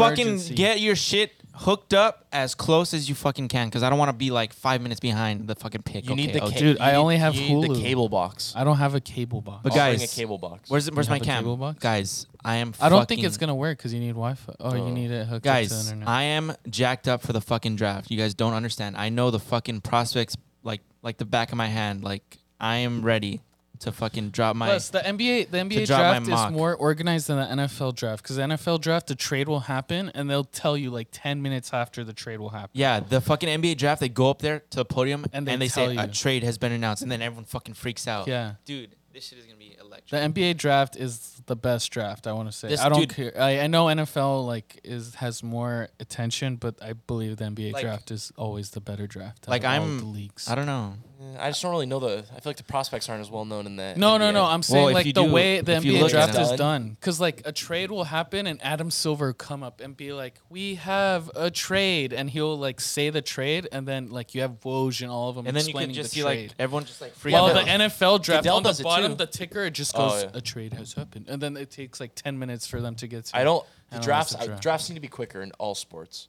Speaker 2: fucking get your shit hooked up as close as you fucking can, because I don't want to be like five minutes behind the fucking pick.
Speaker 3: You need
Speaker 2: okay,
Speaker 3: the
Speaker 2: okay.
Speaker 3: ca-
Speaker 1: Oh, dude,
Speaker 3: you
Speaker 1: I
Speaker 3: need-
Speaker 1: only have
Speaker 3: you need
Speaker 1: Hulu.
Speaker 3: the cable box.
Speaker 1: I don't have a cable box.
Speaker 2: But
Speaker 3: I'll bring
Speaker 2: guys,
Speaker 3: a cable box.
Speaker 2: Where's where's
Speaker 1: You
Speaker 2: my
Speaker 1: have a
Speaker 2: cam,
Speaker 1: cable box?
Speaker 2: guys? I am.
Speaker 1: I don't think it's
Speaker 2: fucking-
Speaker 1: gonna work because you need Wi-Fi. Oh, you need it hooked up to the
Speaker 2: Guys,
Speaker 1: internet.
Speaker 2: I am jacked up for the fucking draft. You guys don't understand. I know the fucking prospects like like the back of my hand. Like I am ready to fucking drop my.
Speaker 1: Plus, the NBA, the NBA
Speaker 2: drop my
Speaker 1: draft
Speaker 2: mock.
Speaker 1: is more organized than the NFL draft because the NFL draft, the trade will happen and they'll tell you like ten minutes after the trade will happen.
Speaker 2: Yeah, the fucking NBA draft, they go up there to the podium and
Speaker 1: And
Speaker 2: they,
Speaker 1: they
Speaker 2: say
Speaker 1: tell
Speaker 2: a
Speaker 1: you.
Speaker 2: trade has been announced, and then everyone fucking freaks out.
Speaker 1: Yeah.
Speaker 2: dude, this shit is gonna be electric.
Speaker 1: The NBA draft is the best draft. I want to say.
Speaker 2: This
Speaker 1: I don't
Speaker 2: dude-
Speaker 1: care. I, I know NFL like is has more attention, but I believe the NBA
Speaker 2: Like-
Speaker 1: draft is always the better draft. out
Speaker 2: like
Speaker 1: of all
Speaker 2: I'm,
Speaker 1: the leagues.
Speaker 2: I don't know.
Speaker 3: Yeah, I just don't really know the. I feel like the prospects aren't as well known in the.
Speaker 1: No, no,
Speaker 3: NBA.
Speaker 1: no. I'm saying
Speaker 2: if you
Speaker 1: like the
Speaker 2: do-
Speaker 1: way the
Speaker 2: if you
Speaker 1: NBA
Speaker 2: look
Speaker 1: draft
Speaker 2: at
Speaker 1: is
Speaker 3: it-
Speaker 1: done, because like a trade will happen and Adam Silver will come up and be like, "We have a trade," and he'll like say the trade, and then like you have Woj and all of them,
Speaker 2: And then you can
Speaker 1: explaining
Speaker 2: just
Speaker 1: the
Speaker 2: see like
Speaker 1: trade.
Speaker 2: everyone just like freaking
Speaker 1: Well,
Speaker 2: out.
Speaker 1: the NFL draft
Speaker 3: Goodell
Speaker 1: on the
Speaker 3: does it
Speaker 1: bottom,
Speaker 3: too.
Speaker 1: the ticker it just
Speaker 3: Oh,
Speaker 1: goes,
Speaker 3: yeah.
Speaker 1: "A trade has happened," and then it takes like ten minutes for them to get. to
Speaker 3: I don't. The
Speaker 1: analyze
Speaker 3: drafts
Speaker 1: the
Speaker 3: I-
Speaker 1: draft.
Speaker 3: drafts need to be quicker in all sports.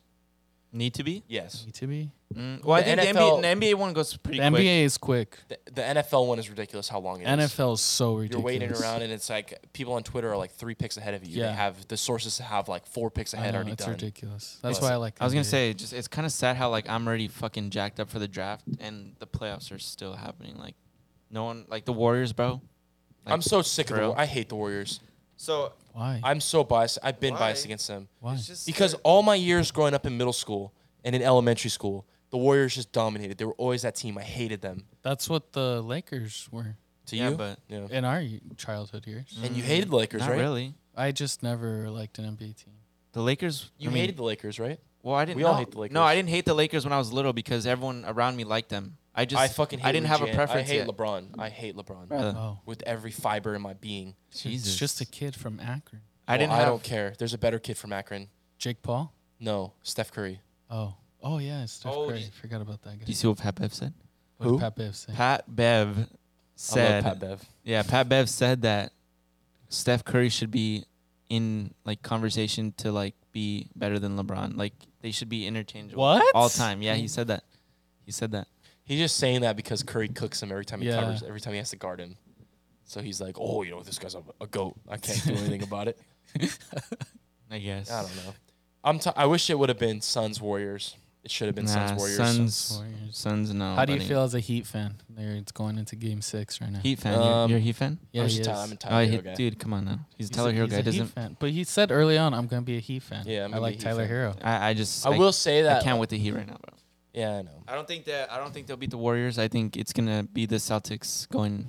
Speaker 2: Need to be?
Speaker 3: Yes.
Speaker 1: Need to be.
Speaker 2: Mm, well, I
Speaker 3: The
Speaker 2: think
Speaker 3: NFL
Speaker 2: the, NBA, the NBA one goes pretty
Speaker 1: The
Speaker 2: quick.
Speaker 1: NBA is quick.
Speaker 3: The, the NFL one is ridiculous how long it is.
Speaker 1: NFL is so
Speaker 3: You're
Speaker 1: ridiculous.
Speaker 3: waiting around, and it's like people on Twitter are like three picks ahead of you. They
Speaker 1: Yeah.
Speaker 3: have the sources have like four picks
Speaker 1: I
Speaker 3: ahead
Speaker 1: know,
Speaker 3: already
Speaker 1: it's
Speaker 3: done.
Speaker 1: ridiculous. That's
Speaker 3: It's-
Speaker 1: why I like.
Speaker 2: I was gonna
Speaker 1: NBA.
Speaker 2: say, just it's kind of sad how like I'm already fucking jacked up for the draft, and the playoffs are still happening. Like, no one like the Warriors, bro. Like,
Speaker 3: I'm so sick of the.
Speaker 2: bro.
Speaker 3: War- I hate the Warriors.
Speaker 2: so
Speaker 1: why?
Speaker 3: I'm so biased. I've been
Speaker 2: Why?
Speaker 3: biased against them
Speaker 1: why?
Speaker 2: it's just
Speaker 3: because all my years growing up in middle school and in elementary school, the Warriors just dominated. They were always that team. I hated them.
Speaker 1: That's what the Lakers were
Speaker 3: To
Speaker 2: Yeah,
Speaker 3: you,
Speaker 2: but-
Speaker 3: yeah.
Speaker 1: in our y- childhood years.
Speaker 3: and you hated the Lakers,
Speaker 2: not
Speaker 3: right?
Speaker 2: really.
Speaker 1: I just never liked an NBA team.
Speaker 2: The Lakers.
Speaker 3: You
Speaker 2: I mean,
Speaker 3: hated the Lakers, right?
Speaker 2: Well, I didn't.
Speaker 3: We all
Speaker 2: no.
Speaker 3: hate the Lakers.
Speaker 2: No, I didn't hate the Lakers when I was little because everyone around me liked them. I just
Speaker 3: I fucking. Hate
Speaker 2: I didn't have a
Speaker 3: Jan-
Speaker 2: preference.
Speaker 3: I hate
Speaker 2: yet.
Speaker 3: LeBron. I hate LeBron
Speaker 2: Brother,
Speaker 1: Oh,
Speaker 3: with every fiber in my being.
Speaker 2: Jesus,
Speaker 1: it's just a kid from Akron.
Speaker 2: I
Speaker 3: Well,
Speaker 2: didn't.
Speaker 3: I
Speaker 2: have,
Speaker 3: don't care. There's a better kid from Akron.
Speaker 1: Jake Paul.
Speaker 3: No, Steph Curry.
Speaker 1: Oh, oh yeah, it's Steph
Speaker 2: Oh,
Speaker 1: Curry.
Speaker 2: did-
Speaker 1: Forgot about that guy.
Speaker 2: Do you see what Pat Bev said?
Speaker 1: What did
Speaker 3: Who?
Speaker 1: Pat Bev say?
Speaker 2: Pat Bev
Speaker 3: I
Speaker 2: said.
Speaker 3: love Pat Bev.
Speaker 2: Yeah, Pat Bev said that Steph Curry should be in like conversation to like be better than LeBron. Like they should be interchangeable
Speaker 1: What?
Speaker 2: all time. Yeah, he said that. He said that.
Speaker 3: He's just saying that because Curry cooks him every time he
Speaker 1: Yeah.
Speaker 3: covers, every time he has to guard him. So he's like, oh, you know, this guy's a, a goat. I can't do anything about it.
Speaker 2: I guess.
Speaker 3: I don't know. I'm. T- I wish it would have been Suns Warriors. It should have been
Speaker 2: Nah,
Speaker 3: Suns Warriors.
Speaker 2: Suns,
Speaker 1: Warriors.
Speaker 2: Suns,
Speaker 3: Oh,
Speaker 2: no.
Speaker 1: How do you
Speaker 2: buddy.
Speaker 1: feel as a Heat fan? There, it's going into Game Six right now.
Speaker 2: Heat fan. You're-
Speaker 3: Um,
Speaker 2: you're, a Heat fan?
Speaker 1: yeah,
Speaker 3: I'm,
Speaker 1: he
Speaker 3: just a Ty-
Speaker 1: is.
Speaker 3: I'm a Tyler
Speaker 2: Oh,
Speaker 3: Hero
Speaker 2: he,
Speaker 3: guy.
Speaker 2: dude, come on now. He's, a
Speaker 1: He's
Speaker 2: Tyler
Speaker 1: a-
Speaker 2: Hero
Speaker 1: he's
Speaker 2: guy.
Speaker 1: a Heat
Speaker 2: Doesn't
Speaker 1: fan. But he said early on, "I'm gonna be a Heat fan."
Speaker 3: Yeah,
Speaker 1: I
Speaker 3: I'm gonna be a
Speaker 1: like
Speaker 3: Heat
Speaker 1: Tyler
Speaker 3: fan.
Speaker 1: Hero.
Speaker 2: I, I just
Speaker 3: I will say
Speaker 2: I,
Speaker 3: that.
Speaker 2: can't with the Heat right now, bro.
Speaker 3: Yeah, I know.
Speaker 2: I don't think that I don't think they'll beat the Warriors. I think it's gonna be the Celtics going.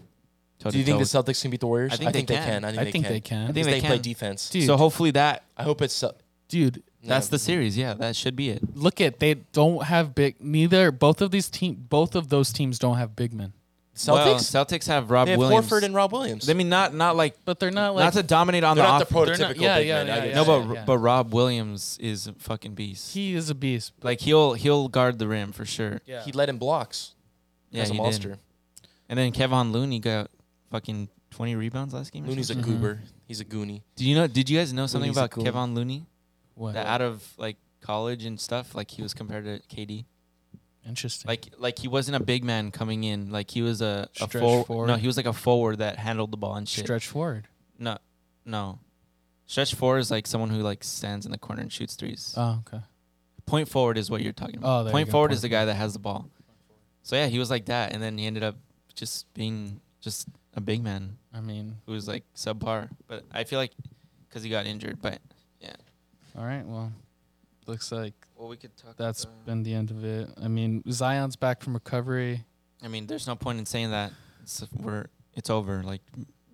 Speaker 3: Do you think the Celtics can beat the Warriors?
Speaker 2: I think they can.
Speaker 3: I think,
Speaker 1: I think they can.
Speaker 2: I
Speaker 3: Because
Speaker 2: think
Speaker 3: they,
Speaker 2: they
Speaker 3: play
Speaker 2: can.
Speaker 3: defense.
Speaker 1: Dude.
Speaker 2: So hopefully that
Speaker 3: I hope it's. Cel-
Speaker 1: Dude,
Speaker 2: that's
Speaker 3: No.
Speaker 2: the series. Yeah, that should be it.
Speaker 1: look at they don't have big. Neither both of these team, both of those teams don't have big men.
Speaker 3: Celtics.
Speaker 2: Well, Celtics have Rob
Speaker 3: they have
Speaker 2: Williams.
Speaker 3: Horford and Rob Williams.
Speaker 2: I mean, not not like
Speaker 1: But they're not like
Speaker 2: not to dominate on
Speaker 3: They're
Speaker 2: the
Speaker 3: not
Speaker 2: off.
Speaker 3: the
Speaker 1: they're
Speaker 3: prototypical
Speaker 1: not- yeah,
Speaker 3: big
Speaker 1: yeah,
Speaker 3: man. I
Speaker 1: yeah,
Speaker 3: get
Speaker 1: yeah,
Speaker 2: no,
Speaker 3: what you're
Speaker 2: but
Speaker 3: saying.
Speaker 1: yeah.
Speaker 2: but Rob Williams is a fucking beast.
Speaker 1: he is a beast.
Speaker 2: like he'll he'll guard the rim for sure.
Speaker 1: Yeah,
Speaker 3: he led in blocks.
Speaker 2: Yeah,
Speaker 3: as a
Speaker 2: he did.
Speaker 3: monster.
Speaker 2: And then Kevin Looney got fucking twenty rebounds last game. or
Speaker 3: Looney's a
Speaker 1: Mhm.
Speaker 3: goober. He's a goonie.
Speaker 2: Do you know? Did you guys know something
Speaker 3: Looney's a
Speaker 2: about
Speaker 3: cool-
Speaker 2: Kevin Looney?
Speaker 1: what?
Speaker 2: That out of like college and stuff, like he was compared to KD.
Speaker 1: Interesting.
Speaker 2: Like like he wasn't a big man coming in. Like he was a, a
Speaker 1: Stretch
Speaker 2: forward.
Speaker 1: forward.
Speaker 2: No, he was like a forward that handled the ball and shit.
Speaker 1: stretch forward.
Speaker 2: No, no. Stretch four is like someone who like stands in the corner and shoots threes.
Speaker 1: Oh, okay.
Speaker 2: point forward is what you're talking
Speaker 1: Oh,
Speaker 2: about.
Speaker 1: there you
Speaker 2: point
Speaker 1: go,
Speaker 2: forward
Speaker 1: point
Speaker 2: is the guy that has the ball. So yeah, he was like that, and then he ended up just being just a big man
Speaker 1: I mean,
Speaker 2: who was like subpar. But I feel like because he got injured. But
Speaker 1: all right. Well, looks like
Speaker 2: well, we could talk.
Speaker 1: that's been the end of it. I mean, Zion's back from recovery.
Speaker 2: I mean, there's no point in saying that. It's, we're it's over. Like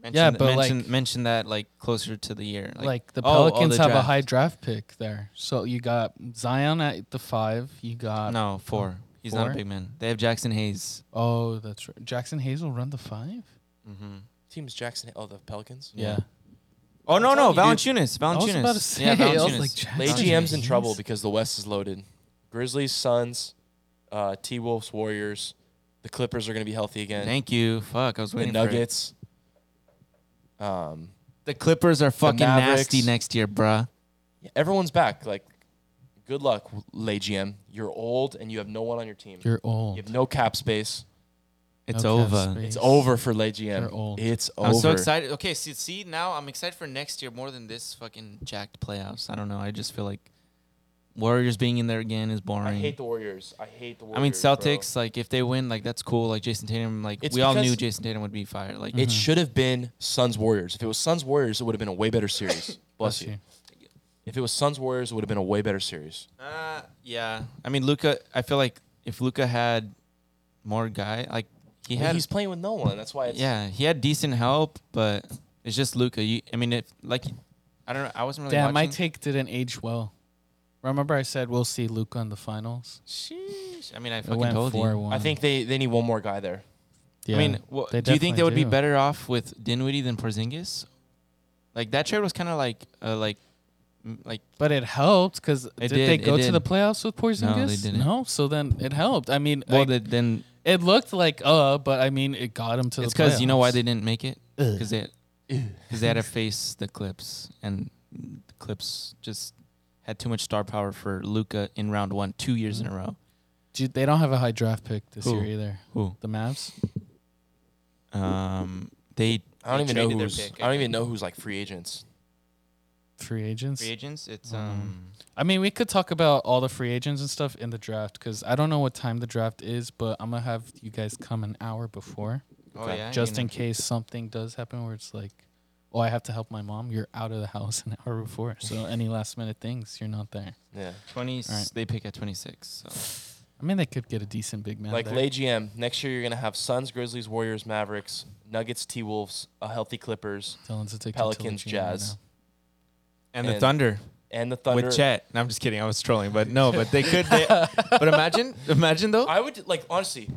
Speaker 2: mention
Speaker 1: Yeah,
Speaker 2: th-
Speaker 1: but,
Speaker 2: mention,
Speaker 1: like-
Speaker 2: mention that like closer to the year.
Speaker 1: Like,
Speaker 2: Like,
Speaker 1: the
Speaker 2: oh, oh,
Speaker 1: Pelicans
Speaker 2: the
Speaker 1: have a
Speaker 2: draft.
Speaker 1: high draft pick there, so you got Zion at the five. You got
Speaker 2: no four. He's not
Speaker 1: uh, Four?
Speaker 2: a big man. They have Jackson Hayes.
Speaker 1: oh, that's right. Jackson Hazel run the five.
Speaker 2: Mm-hmm.
Speaker 3: Team's Jackson. Oh, the Pelicans.
Speaker 1: Yeah,
Speaker 2: Oh no
Speaker 3: I'm
Speaker 2: no,
Speaker 3: telling
Speaker 2: Valanciunas,
Speaker 1: I was
Speaker 2: Valanciunas.
Speaker 1: about to say.
Speaker 2: yeah,
Speaker 1: I was
Speaker 2: Valanciunas.
Speaker 1: like, Jackson
Speaker 3: Lay GM's in
Speaker 1: Hayes?
Speaker 3: trouble because the West is loaded. Grizzlies, Suns, uh, T Wolves, Warriors. The Clippers are going to be healthy again.
Speaker 2: Thank you. Fuck, I was
Speaker 3: the
Speaker 2: waiting for it.
Speaker 3: Nuggets. Um,
Speaker 2: The Clippers are fucking
Speaker 3: Mavericks.
Speaker 2: nasty next year, bruh.
Speaker 3: yeah, everyone's back. Like, good luck, Lay GM. You're old and you have no one on your team.
Speaker 1: You're
Speaker 3: you
Speaker 1: old.
Speaker 3: have no cap space.
Speaker 2: It's
Speaker 1: Okay,
Speaker 2: over.
Speaker 1: space.
Speaker 3: It's over for Lay GM.
Speaker 1: You're old.
Speaker 3: It's over.
Speaker 2: I'm so excited. Okay, see, see now I'm excited for next year more than this fucking jacked playoffs. I don't know. I just feel like Warriors being in there again is boring.
Speaker 3: I hate the Warriors. I hate the
Speaker 2: I
Speaker 3: Warriors.
Speaker 2: mean,
Speaker 3: bro.
Speaker 2: Celtics. Like, if they win, like that's cool. Like Jason Tatum. Like
Speaker 3: It's
Speaker 2: we all knew
Speaker 3: because- Mm-hmm.
Speaker 2: Jason Tatum would be fired. Like
Speaker 3: It should have been Suns Warriors. If it was Suns Warriors, it would have been a way better series. Bless you. If it was Suns Warriors, it would have been a way better series.
Speaker 2: Uh, yeah. I mean, Luca. I feel like if Luca had more guy, like he
Speaker 3: Well,
Speaker 2: had
Speaker 3: he's playing with no one. That's why it's
Speaker 2: Yeah, he had decent help, but it's just Luca. You, I mean, if like, I don't know. I wasn't really.
Speaker 1: Damn, my
Speaker 2: watching.
Speaker 1: take didn't age well. Remember, I said we'll see Luca in the finals.
Speaker 2: Sheesh. I mean, I
Speaker 1: It
Speaker 2: fucking
Speaker 1: went
Speaker 2: told you.
Speaker 1: four-one.
Speaker 3: I think they, they need one more guy there.
Speaker 1: Yeah.
Speaker 2: I mean, wha-
Speaker 1: they
Speaker 2: do you
Speaker 1: definitely
Speaker 2: think they would be
Speaker 1: do.
Speaker 2: better off with Dinwiddie than Porzingis? Like that trade was kind of like, uh, like, m- like
Speaker 1: but it helped because did, they
Speaker 2: did, it
Speaker 1: go to
Speaker 2: did.
Speaker 1: the playoffs with Porzingis?
Speaker 2: didn't.
Speaker 1: No, so then it helped. I mean,
Speaker 2: well,
Speaker 1: I-
Speaker 2: the, then
Speaker 1: it looked like uh, but I mean, it got him to
Speaker 2: it's
Speaker 1: the playoffs.
Speaker 2: because you know why they didn't make it because they because they had to face the Clips and the Clips just had too much star power for Luca in round one, two years in a row.
Speaker 1: Dude, they don't have a high draft pick this
Speaker 2: Who?
Speaker 1: year either.
Speaker 2: Who?
Speaker 1: The Mavs.
Speaker 2: Um, they
Speaker 3: I don't
Speaker 2: they
Speaker 3: even know
Speaker 2: traded their
Speaker 3: who's.
Speaker 2: pick,
Speaker 3: I don't even know who's like free agents.
Speaker 1: Free agents.
Speaker 2: Free agents. It's
Speaker 1: Um,
Speaker 2: um.
Speaker 1: I mean, we could talk about all the free agents and stuff in the draft because I don't know what time the draft is, but I'm gonna have you guys come an hour before
Speaker 2: Oh
Speaker 3: okay,
Speaker 2: yeah.
Speaker 1: just
Speaker 2: you
Speaker 1: in
Speaker 2: know.
Speaker 1: case something does happen where it's like, oh, I have to help my mom. You're out of the house an [laughs] hour before, so any last minute things, you're not there.
Speaker 3: Yeah,
Speaker 2: Twenty.
Speaker 1: Alright.
Speaker 2: They pick at twenty six. So
Speaker 1: I mean, they could get a decent big man.
Speaker 3: like
Speaker 1: there.
Speaker 3: lay GM next year, you're gonna have Suns, Grizzlies, Warriors, Mavericks, Nuggets, T Wolves, a healthy Clippers,
Speaker 1: Dylan's addicted to Legit
Speaker 3: Pelicans,
Speaker 1: right
Speaker 3: Jazz.
Speaker 1: now.
Speaker 2: and,
Speaker 3: And
Speaker 2: the Thunder,
Speaker 3: and the Thunder.
Speaker 2: with Chet. No, I'm just kidding. I was trolling, but no, but they could.
Speaker 1: [laughs]
Speaker 2: They, but imagine, imagine though.
Speaker 3: I would like honestly,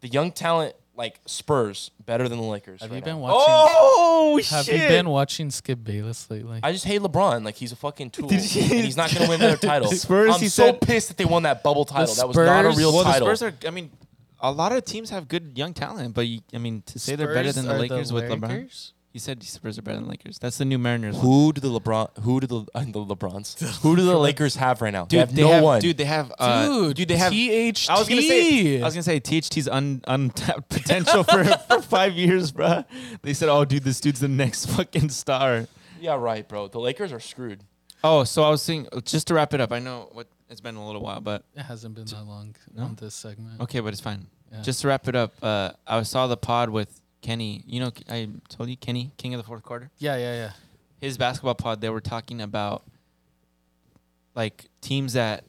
Speaker 3: the young talent like Spurs better than the Lakers.
Speaker 1: Have
Speaker 3: right
Speaker 1: you
Speaker 3: now.
Speaker 1: been watching?
Speaker 2: oh
Speaker 1: have you been watching Skip Bayless lately?
Speaker 3: I just hate LeBron. Like he's a
Speaker 2: [laughs]
Speaker 3: fucking tool,
Speaker 2: Did
Speaker 3: and
Speaker 2: you-
Speaker 3: he's not gonna win
Speaker 2: [laughs]
Speaker 3: their title.
Speaker 2: Spurs,
Speaker 3: I'm
Speaker 2: he
Speaker 3: so
Speaker 2: said-
Speaker 3: pissed that they won that bubble title. that was not a
Speaker 1: Spurs-
Speaker 3: real
Speaker 2: Well, the
Speaker 3: title.
Speaker 2: Spurs are. I mean, a lot of teams have good young talent, but you, I mean, to say they're better than the Lakers with LeBron, you said Spurs are better than Lakers. That's the new Mariners. one.
Speaker 3: who do the LeBron? Who do the [laughs] uh, the
Speaker 2: [laughs]
Speaker 3: LeBrons? Who do the Lakers have right now? they have no one.
Speaker 2: Dude, they have. Uh,
Speaker 1: dude,
Speaker 2: dude, they have.
Speaker 1: THT.
Speaker 2: I was gonna say. I was gonna say THT's un, untapped [laughs] potential for, for five years, bruh. They said, "Oh, dude, this dude's the next [laughs] fucking star."
Speaker 3: yeah, right, bro. The Lakers are screwed.
Speaker 2: Oh, so I was saying, just to wrap it up. I know what it's been a little while, but
Speaker 1: It hasn't been that long
Speaker 2: No?
Speaker 1: on this segment.
Speaker 2: okay, but it's fine.
Speaker 1: Yeah.
Speaker 2: Just to wrap it up, uh, I saw the pod with Kenny. You know, I told you Kenny, king of the fourth quarter.
Speaker 1: Yeah, yeah, yeah.
Speaker 2: his basketball pod, they were talking about like teams that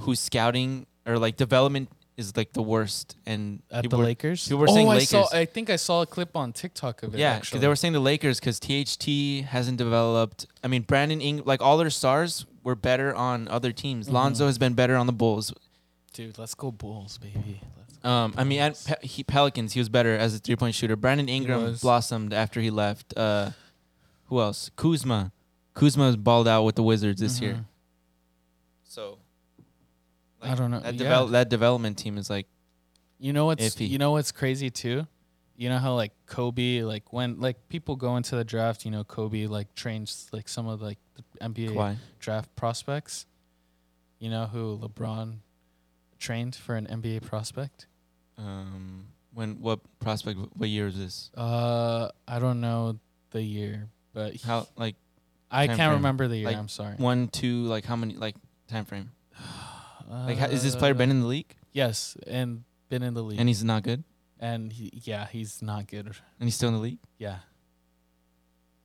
Speaker 2: whose scouting or like development is like the worst, and
Speaker 1: At
Speaker 2: people
Speaker 1: the
Speaker 2: were,
Speaker 1: Lakers. Oh,
Speaker 2: people were saying
Speaker 1: I
Speaker 2: Lakers.
Speaker 1: saw. I think I saw a clip on TikTok of it.
Speaker 2: yeah, 'cause
Speaker 1: actually.
Speaker 2: they were saying the Lakers because THT hasn't developed. I mean, Brandon Ing, like all their stars were better on other
Speaker 1: Mm-hmm.
Speaker 2: teams. Lonzo has been better on the Bulls.
Speaker 1: Dude, let's go Bulls, baby. Let's go.
Speaker 2: Um, I mean, at Pe- he, Pelicans, he was better as a three point shooter. Brandon Ingram
Speaker 1: was.
Speaker 2: blossomed after he left. Uh, who else? Kuzma. Kuzma was balled out with the Wizards this year.
Speaker 1: Mhm.
Speaker 2: So
Speaker 1: I don't know.
Speaker 2: That,
Speaker 1: Uh, Yeah.
Speaker 2: devel- that development team is like
Speaker 1: You know what's
Speaker 2: Iffy.
Speaker 1: you know what's crazy too? You know how like Kobe, like when like people go into the draft, you know Kobe like trains like some of like the NBA
Speaker 2: Kawhi.
Speaker 1: draft prospects. You know who LeBron trained for an NBA prospect?
Speaker 2: Um, when what prospect? What year is this?
Speaker 1: Uh, I don't know the year, but he-
Speaker 2: How like
Speaker 1: I
Speaker 2: time
Speaker 1: can't
Speaker 2: frame?
Speaker 1: remember the year.
Speaker 2: Like,
Speaker 1: I'm sorry.
Speaker 2: one, two, like how many? Like time frame? Like how, is this player
Speaker 1: Uh,
Speaker 2: been in the league
Speaker 1: Yes, and been in the league,
Speaker 2: and he's not good
Speaker 1: and he, yeah, he's not good.
Speaker 2: and he's still in the league?
Speaker 1: Yeah,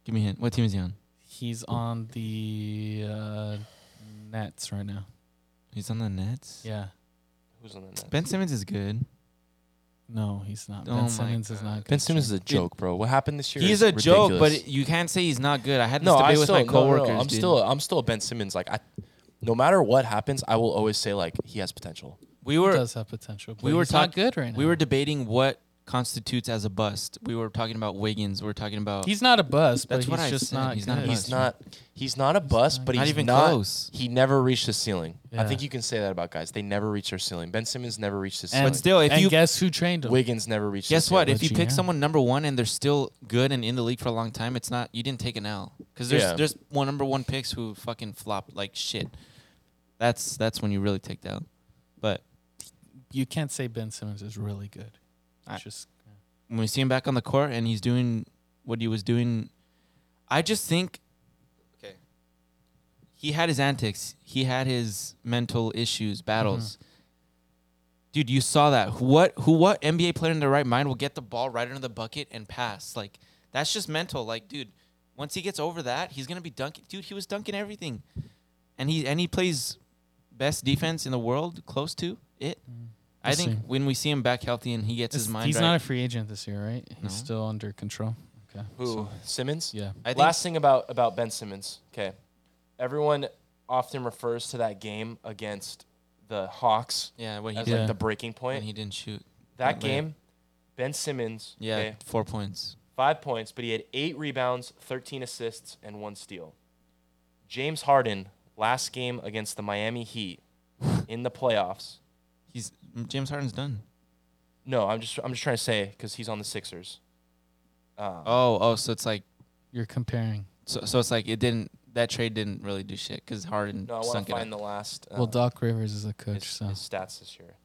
Speaker 2: Give me a hint. What team is he on?
Speaker 1: he's on the uh, Nets right now.
Speaker 2: He's on the Nets.
Speaker 1: Yeah.
Speaker 3: Who's on the net?
Speaker 2: Ben Simmons is good.
Speaker 1: No, he's not.
Speaker 2: Oh my
Speaker 1: ben Simmons is
Speaker 2: God.
Speaker 1: not.
Speaker 3: Ben
Speaker 1: good,
Speaker 3: Simmons is
Speaker 1: sir.
Speaker 3: a joke, bro. What happened this year?
Speaker 2: He's
Speaker 3: is
Speaker 2: a joke,
Speaker 3: ridiculous.
Speaker 2: but you can't say he's not good. I had this
Speaker 3: no, I
Speaker 2: debate
Speaker 3: still,
Speaker 2: with my coworkers.
Speaker 3: No, no, I'm
Speaker 2: dude.
Speaker 3: still, I'm still a Ben Simmons. Like I, no matter what happens, I will always say like he has potential.
Speaker 2: We
Speaker 1: He
Speaker 2: were
Speaker 1: does have potential. But
Speaker 2: we were
Speaker 1: he's not
Speaker 2: talking
Speaker 1: good right now.
Speaker 2: we were debating what constitutes as a bust. We were talking about Wiggins. We were talking about
Speaker 1: He's not a bust, but
Speaker 2: That's
Speaker 1: he's
Speaker 2: what I
Speaker 1: just
Speaker 2: said.
Speaker 1: not.
Speaker 2: He's
Speaker 1: good.
Speaker 2: not a
Speaker 3: He's
Speaker 2: bust.
Speaker 3: not, he's not a bust, but he's
Speaker 2: Not even
Speaker 3: not-
Speaker 2: close.
Speaker 3: He never reached his ceiling. I
Speaker 1: Yeah.
Speaker 3: think you can say that about guys. They never reach their ceiling. Ben Simmons never reached his
Speaker 1: And,
Speaker 3: ceiling.
Speaker 2: But still, if
Speaker 1: and
Speaker 2: you-
Speaker 1: guess who trained him?
Speaker 3: Wiggins never reached. his
Speaker 2: Guess what?
Speaker 3: ceiling.
Speaker 2: If you
Speaker 1: But
Speaker 2: pick
Speaker 1: yeah.
Speaker 2: someone number one and they're still good and in the league for a long time, it's not you didn't take an L because there's
Speaker 3: Yeah.
Speaker 2: there's one number one picks who fucking flop like shit. That's that's when you really take that. L. But
Speaker 1: you can't say Ben Simmons is really good.
Speaker 2: I-
Speaker 1: It's just
Speaker 2: when we see him back on the court and he's doing what he was doing, I just think, okay, he had his antics, he had his mental issues, battles.
Speaker 1: Mm-hmm.
Speaker 2: Dude, you saw that. Who- What who what NBA player in their right mind will get the ball right under the bucket and pass? Like that's just mental. Like, dude, once he gets over that, he's gonna be dunking. Dude, he was dunking everything, and he and he plays best defense in the world, close to it. I
Speaker 1: We'll
Speaker 2: think
Speaker 1: Mm. see.
Speaker 2: when we see him back healthy and he gets
Speaker 1: It's-
Speaker 2: his mind
Speaker 1: he's
Speaker 2: right,
Speaker 1: not a free agent this year, right? He's
Speaker 2: No.
Speaker 1: still under control. Okay.
Speaker 3: Who Simmons?
Speaker 1: Yeah.
Speaker 2: I think-
Speaker 3: Last thing about about Ben Simmons. Okay, everyone often refers to that game against the Hawks
Speaker 2: Yeah, when he
Speaker 3: as
Speaker 2: did,
Speaker 1: Yeah.
Speaker 3: like the breaking
Speaker 2: when
Speaker 3: point.
Speaker 2: he didn't shoot.
Speaker 3: that
Speaker 2: Yeah.
Speaker 3: game, Ben Simmons.
Speaker 2: Yeah,
Speaker 3: okay,
Speaker 2: four points.
Speaker 3: five points, but he had eight rebounds, thirteen assists, and one steal. James Harden last game against the Miami Heat
Speaker 2: [laughs]
Speaker 3: in the playoffs.
Speaker 2: He's James Harden's done.
Speaker 3: No, I'm just I'm just trying to say because he's on the Sixers. Um,
Speaker 2: Oh, oh, so it's like
Speaker 1: You're comparing.
Speaker 2: so, so it's like it didn't that trade didn't really do shit because Harden
Speaker 3: No, I want
Speaker 2: sunk
Speaker 3: to
Speaker 2: it. up.
Speaker 3: find the last. Uh,
Speaker 1: Well, Doc Rivers is the coach,
Speaker 3: his,
Speaker 1: so
Speaker 3: his stats this year.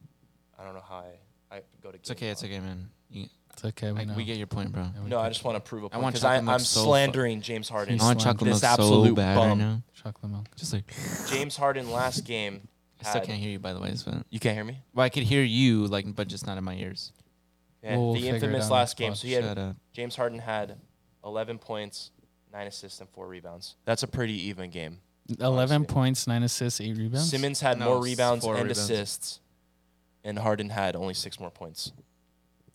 Speaker 3: I don't know how I, I go to.
Speaker 2: It's okay. It's okay, man. You,
Speaker 1: it's okay. We
Speaker 2: like,
Speaker 1: know.
Speaker 2: we get your point, bro.
Speaker 1: Yeah, we
Speaker 3: No, I
Speaker 1: get
Speaker 3: just want to prove a point
Speaker 2: want
Speaker 3: because I'm,
Speaker 2: chocolate
Speaker 3: I'm
Speaker 2: milk so fu-
Speaker 3: slandering James Harden.
Speaker 2: I want
Speaker 1: slammed
Speaker 2: chocolate milk
Speaker 3: this
Speaker 2: so
Speaker 3: absolute
Speaker 2: bad right
Speaker 3: bum.
Speaker 2: now.
Speaker 1: chocolate milk.
Speaker 2: Just like
Speaker 3: James Harden last game.
Speaker 2: [laughs] I still
Speaker 3: had-
Speaker 2: can't hear you, by the way. So.
Speaker 3: You can't hear me.
Speaker 2: Well, I could hear you, like, but just not in my ears.
Speaker 3: Yeah,
Speaker 1: We'll
Speaker 3: the
Speaker 1: figure it
Speaker 3: infamous
Speaker 1: out next
Speaker 3: last game.
Speaker 1: pod.
Speaker 3: So he had
Speaker 2: Shut up.
Speaker 3: James Harden had 11 points, nine assists, and four rebounds. That's a pretty even game.
Speaker 1: Eleven
Speaker 3: Honestly.
Speaker 1: points, nine assists, eight rebounds.
Speaker 3: Simmons had
Speaker 2: No,
Speaker 3: more
Speaker 2: it's
Speaker 3: rebounds
Speaker 2: four
Speaker 3: and
Speaker 2: rebounds.
Speaker 3: assists, and Harden had only six more points.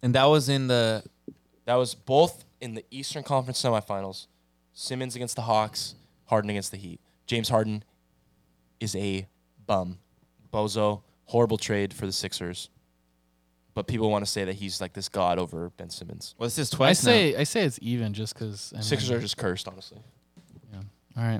Speaker 2: And that was in the
Speaker 3: That was both in the Eastern Conference semifinals. Simmons against the Hawks, Harden against the Heat. James Harden is a bum, bozo, horrible trade for the Sixers. But people want to say that he's like this god over Ben Simmons.
Speaker 2: well, this is
Speaker 1: I
Speaker 2: twice. now.
Speaker 1: say I say it's even just because
Speaker 3: Sixers are just cursed, honestly.
Speaker 1: all right.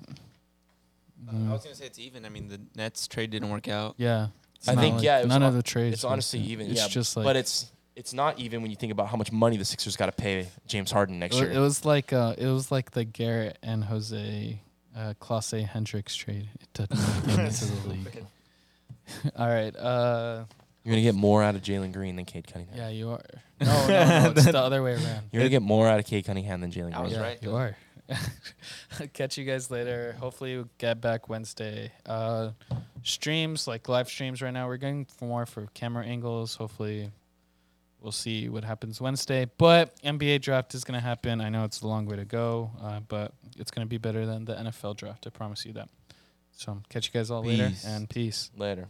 Speaker 2: Uh, I was gonna say it's even. I mean, the Nets trade didn't work out.
Speaker 1: Yeah, It's
Speaker 3: I
Speaker 1: not
Speaker 3: think,
Speaker 1: like-
Speaker 3: yeah, it was
Speaker 1: none of
Speaker 3: hon-
Speaker 1: the trades.
Speaker 3: It's
Speaker 1: were-
Speaker 3: honestly even.
Speaker 1: It's
Speaker 3: yeah,
Speaker 1: just like
Speaker 3: but it's it's not even when you think about how much money the Sixers got to pay James Harden
Speaker 1: it
Speaker 3: next
Speaker 1: was, it
Speaker 3: year.
Speaker 1: was like uh, it was like the Garrett and Jose uh, Classe Hendricks trade. It did not get into
Speaker 3: [laughs]
Speaker 1: the league. [laughs] all right. Uh,
Speaker 3: You're gonna get more out of Jalen Green than Cade Cunningham.
Speaker 1: yeah, you are. No, no, no it's
Speaker 3: [laughs]
Speaker 1: the other way around.
Speaker 3: You're gonna get more out of Cade Cunningham than Jalen
Speaker 2: I was
Speaker 3: Green.
Speaker 1: yeah,
Speaker 2: right,
Speaker 1: You
Speaker 2: though.
Speaker 1: are. [laughs] Catch you guys later. Hopefully, we'll get back Wednesday. Uh, streams, like live streams right now, we're going for more for camera angles. Hopefully, we'll see what happens Wednesday. But NBA draft is going to happen. I know it's a long way to go, uh, but it's going to be better than the NFL draft. I promise you that. So, catch you guys all later
Speaker 2: Peace.
Speaker 1: and peace.
Speaker 3: Later.